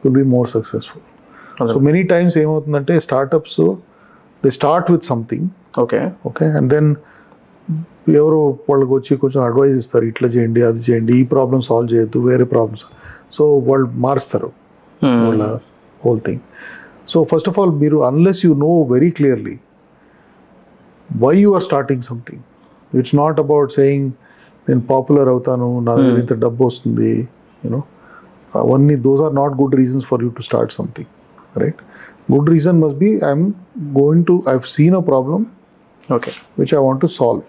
Speaker 2: you'll be more successful. So many times, ఏమవుతుందంటే startups they start with something,
Speaker 1: okay
Speaker 2: okay and then ఎవరో వాళ్ళకి వచ్చి కొంచెం advise ఇస్తారు ఇట్లా చేయండి అది చేయండి ఈ ప్రాబ్లమ్ సాల్వ్ చేయొద్దు వేరే ప్రాబ్లమ్స్ సో వాళ్ళు మారుస్తారు
Speaker 1: Hmm.
Speaker 2: వాళ్ళ whole thing so first of all మీరు unless you know very clearly why you are starting something it's not about saying నేను పాపులర్ అవుతాను నా దగ్గర ఇంత డబ్బు వస్తుంది యూనో అవన్నీ those are not good reasons for you to start something right good reason must be I'm going to I have seen a problem
Speaker 1: okay
Speaker 2: which I want to solve.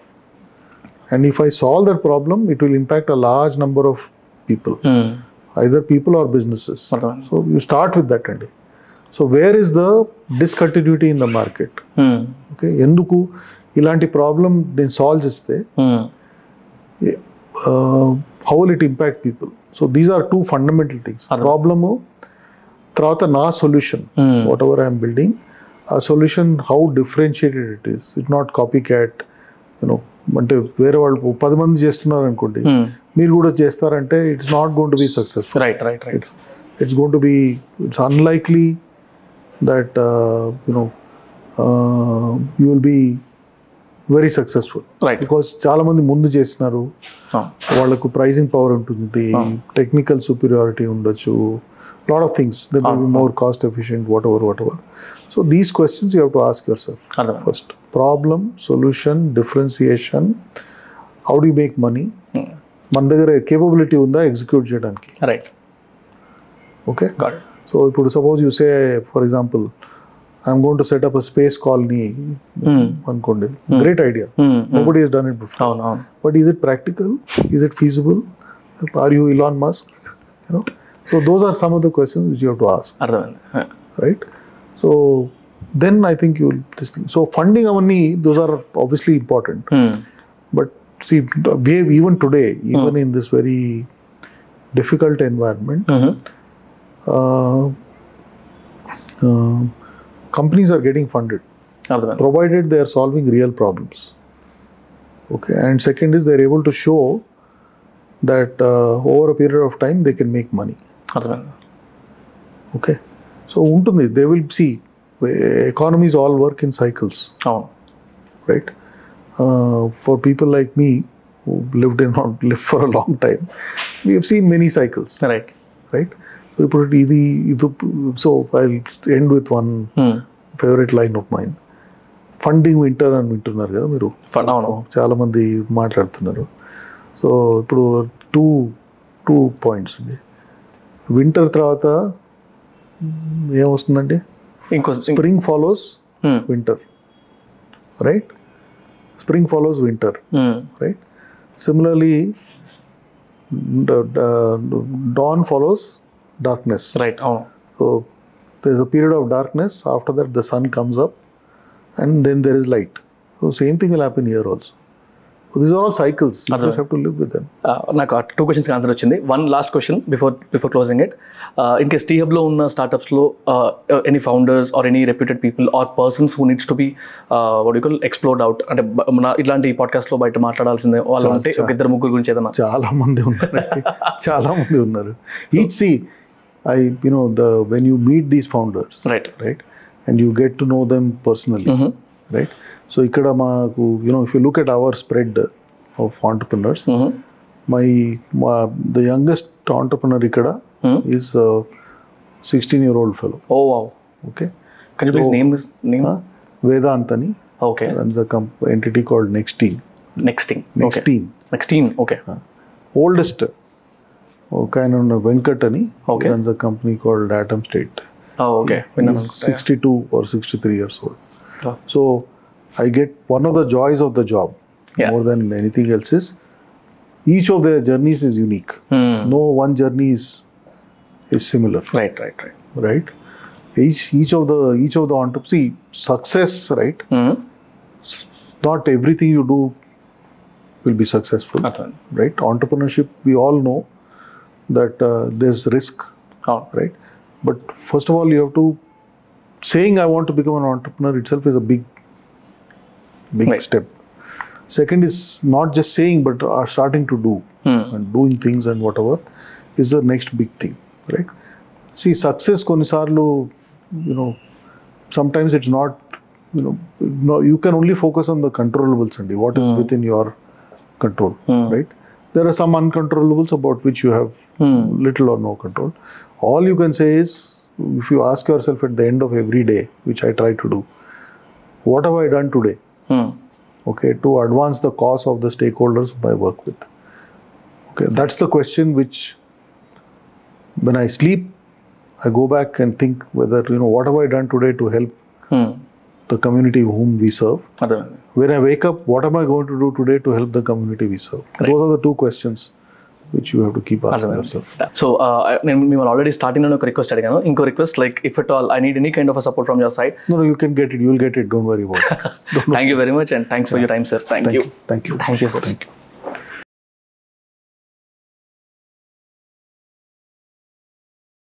Speaker 2: And if I solve that problem, it will impact a large number of people,
Speaker 1: Hmm.
Speaker 2: either people or businesses.
Speaker 1: అర్థమైంది
Speaker 2: So you start with that అండి so where is the discontinuity in the market
Speaker 1: Hmm.
Speaker 2: Okay ఎందుకు ఇలాంటి problem నేను solve చేస్తే
Speaker 1: Hmm.
Speaker 2: How will it impact people so these are two fundamental things problem తర్వాత నా solution
Speaker 1: Hmm.
Speaker 2: Whatever I'm building ఆ solution how differentiated it is it not copycat you know అంటే వేరే వాళ్ళు పది మంది చేస్తున్నారు అనుకోండి
Speaker 1: Hmm.
Speaker 2: మీరు కూడా చేస్తారంటే it's not going to be successful
Speaker 1: right right right
Speaker 2: it's it's going to be it's unlikely that you know you will be very successful
Speaker 1: right
Speaker 2: because చాలామంది ముందు చేస్తున్నారు వాళ్ళకు ప్రైజింగ్ పవర్ ఉంటుంది టెక్నికల్ సుపీరియారిటీ ఉండొచ్చు lot of things they will be more cost efficient whatever whatever so these questions you have to ask yourself
Speaker 1: అర్థమైంది
Speaker 2: first problem solution differentiation how do make money
Speaker 1: Hmm.
Speaker 2: మన దగ్గర capability ఉందా execute చేయడానికి
Speaker 1: right
Speaker 2: okay
Speaker 1: got
Speaker 2: so ఇప్పుడు suppose you say for example I'm going to set up a space colony
Speaker 1: Hmm.
Speaker 2: అనుకోండి great idea nobody has done it before
Speaker 1: అవును అవును
Speaker 2: but is it practical is it feasible are you elon musk you know so those are some of the questions which you have to ask
Speaker 1: అర్థమైంది
Speaker 2: right so then i think you will this thing so funding avani those are obviously important
Speaker 1: Hmm.
Speaker 2: but see we have, even today even in this very difficult environment
Speaker 1: Mm-hmm.
Speaker 2: uh, uh, companies are getting funded
Speaker 1: అర్థమైంది
Speaker 2: provided they are solving real problems. Okay, and second is they are able to show that uh, over a period of time they can make money.
Speaker 1: అర్థమైంది
Speaker 2: okay so ఉంటుంది they will see economies all work in cycles
Speaker 1: అవును
Speaker 2: right? Uh, for people like me who lived in lived for a long time, we have seen many cycles,
Speaker 1: right
Speaker 2: right? So, ఇప్పుడు ఇది ఇది so I end with one
Speaker 1: Hmm.
Speaker 2: Favourite line of mind funding winter అని వింటున్నారు కదా మీరు
Speaker 1: Fun- అవును.
Speaker 2: చాలా మంది మాట్లాడుతున్నారు సో ఇప్పుడు టూ టూ పాయింట్స్ అండి వింటర్ తర్వాత ఏమొస్తుందండి
Speaker 1: ఇంకో
Speaker 2: spring follows
Speaker 1: Hmm.
Speaker 2: winter right spring follows winter
Speaker 1: Hmm.
Speaker 2: right similarly the- the- dawn follows darkness
Speaker 1: right అవును
Speaker 2: so there's a period of darkness after that the sun comes up and then there is light so same thing will happen here also so these are all cycles you just have to live with them
Speaker 1: Uh, నాకు two questions answer వచ్చింది one last question before before closing it in case టీహబ్లో ఉన్న స్టార్టప్స్లో any founders or any reputed people or persons who needs to be వడికల్ explored out అంటే బ- మన ఇలాంటి పాడ్కాస్ట్లో బయట మాట్లాడాల్సిందే వాళ్ళు అంటే ఒక ఇద్దరు ముగ్గురు గురించి ఏదైనా
Speaker 2: చాలా మంది ఉన్నారు చాలా మంది ఉన్నారు each see I you know the when you meet these founders
Speaker 1: right
Speaker 2: right? And you get to know them personally, right? So, ikkada maaku, you know, if you look at our spread of entrepreneurs, my, my the youngest entrepreneur ikkada is a 16 year old fellow,
Speaker 1: oh wow
Speaker 2: okay?
Speaker 1: Can you please name is name
Speaker 2: Vedantani
Speaker 1: okay
Speaker 2: runs a comp- entity called Next Team.
Speaker 1: Next thing
Speaker 2: Next Team.
Speaker 1: Next team okay
Speaker 2: Oldest, uh, ఒక ఆయన ఉన్న వెంకట్ అని
Speaker 1: Okay.
Speaker 2: Runs a company called atom state
Speaker 1: okay
Speaker 2: sixty two or sixty three years old
Speaker 1: Wow.
Speaker 2: So I get one of the joys of the job
Speaker 1: Yeah.
Speaker 2: more than anything else is each of their journeys is unique.
Speaker 1: Hmm.
Speaker 2: No one journey is is similar,
Speaker 1: right right right
Speaker 2: right? Each each of the each of the entrepreneurs see, success, right?
Speaker 1: Hmm.
Speaker 2: Not everything you do will be successful,
Speaker 1: అర్థం
Speaker 2: right? Entrepreneurship, we all know that uh, there's risk,
Speaker 1: అవును
Speaker 2: right? But first of all, you have to saying I want to become an entrepreneur itself is a big, big
Speaker 1: Right.
Speaker 2: step. Second is not just saying, but are starting to do and doing things and whatever is the next big thing, right? See, success konisarlu, you know, sometimes it's not, you know, no, you can only focus on the controllables and what is within your control, right? There are some uncontrollables about which you have little or no control. All you can say is, if you ask yourself at the end of every day, which I try to do, what have I done today?
Speaker 1: Hmm.
Speaker 2: okay, to advance the cause of the stakeholders whom I work with. Okay, that's the question which, when I sleep, I go back and think whether you know what have I done today to help
Speaker 1: Hmm.
Speaker 2: the community whom we serve.
Speaker 1: అర్థమైంది
Speaker 2: When I wake up, what am I going to do today to help the community we serve? Those are the two questions which you have to keep asking yourself.
Speaker 1: So
Speaker 2: uh,
Speaker 1: నేను మిమ్మల్ని already starting లోనే ఒక request అడిగాను ఇంకో request like if it all I need any kind of support from your side
Speaker 2: No, no, you can get it. You'll get it. Don't worry about it.
Speaker 1: Thank you very much and thanks for your time sir thank
Speaker 2: Thank
Speaker 1: you
Speaker 2: you. Thank you.
Speaker 1: Thank you sir
Speaker 2: Thank you.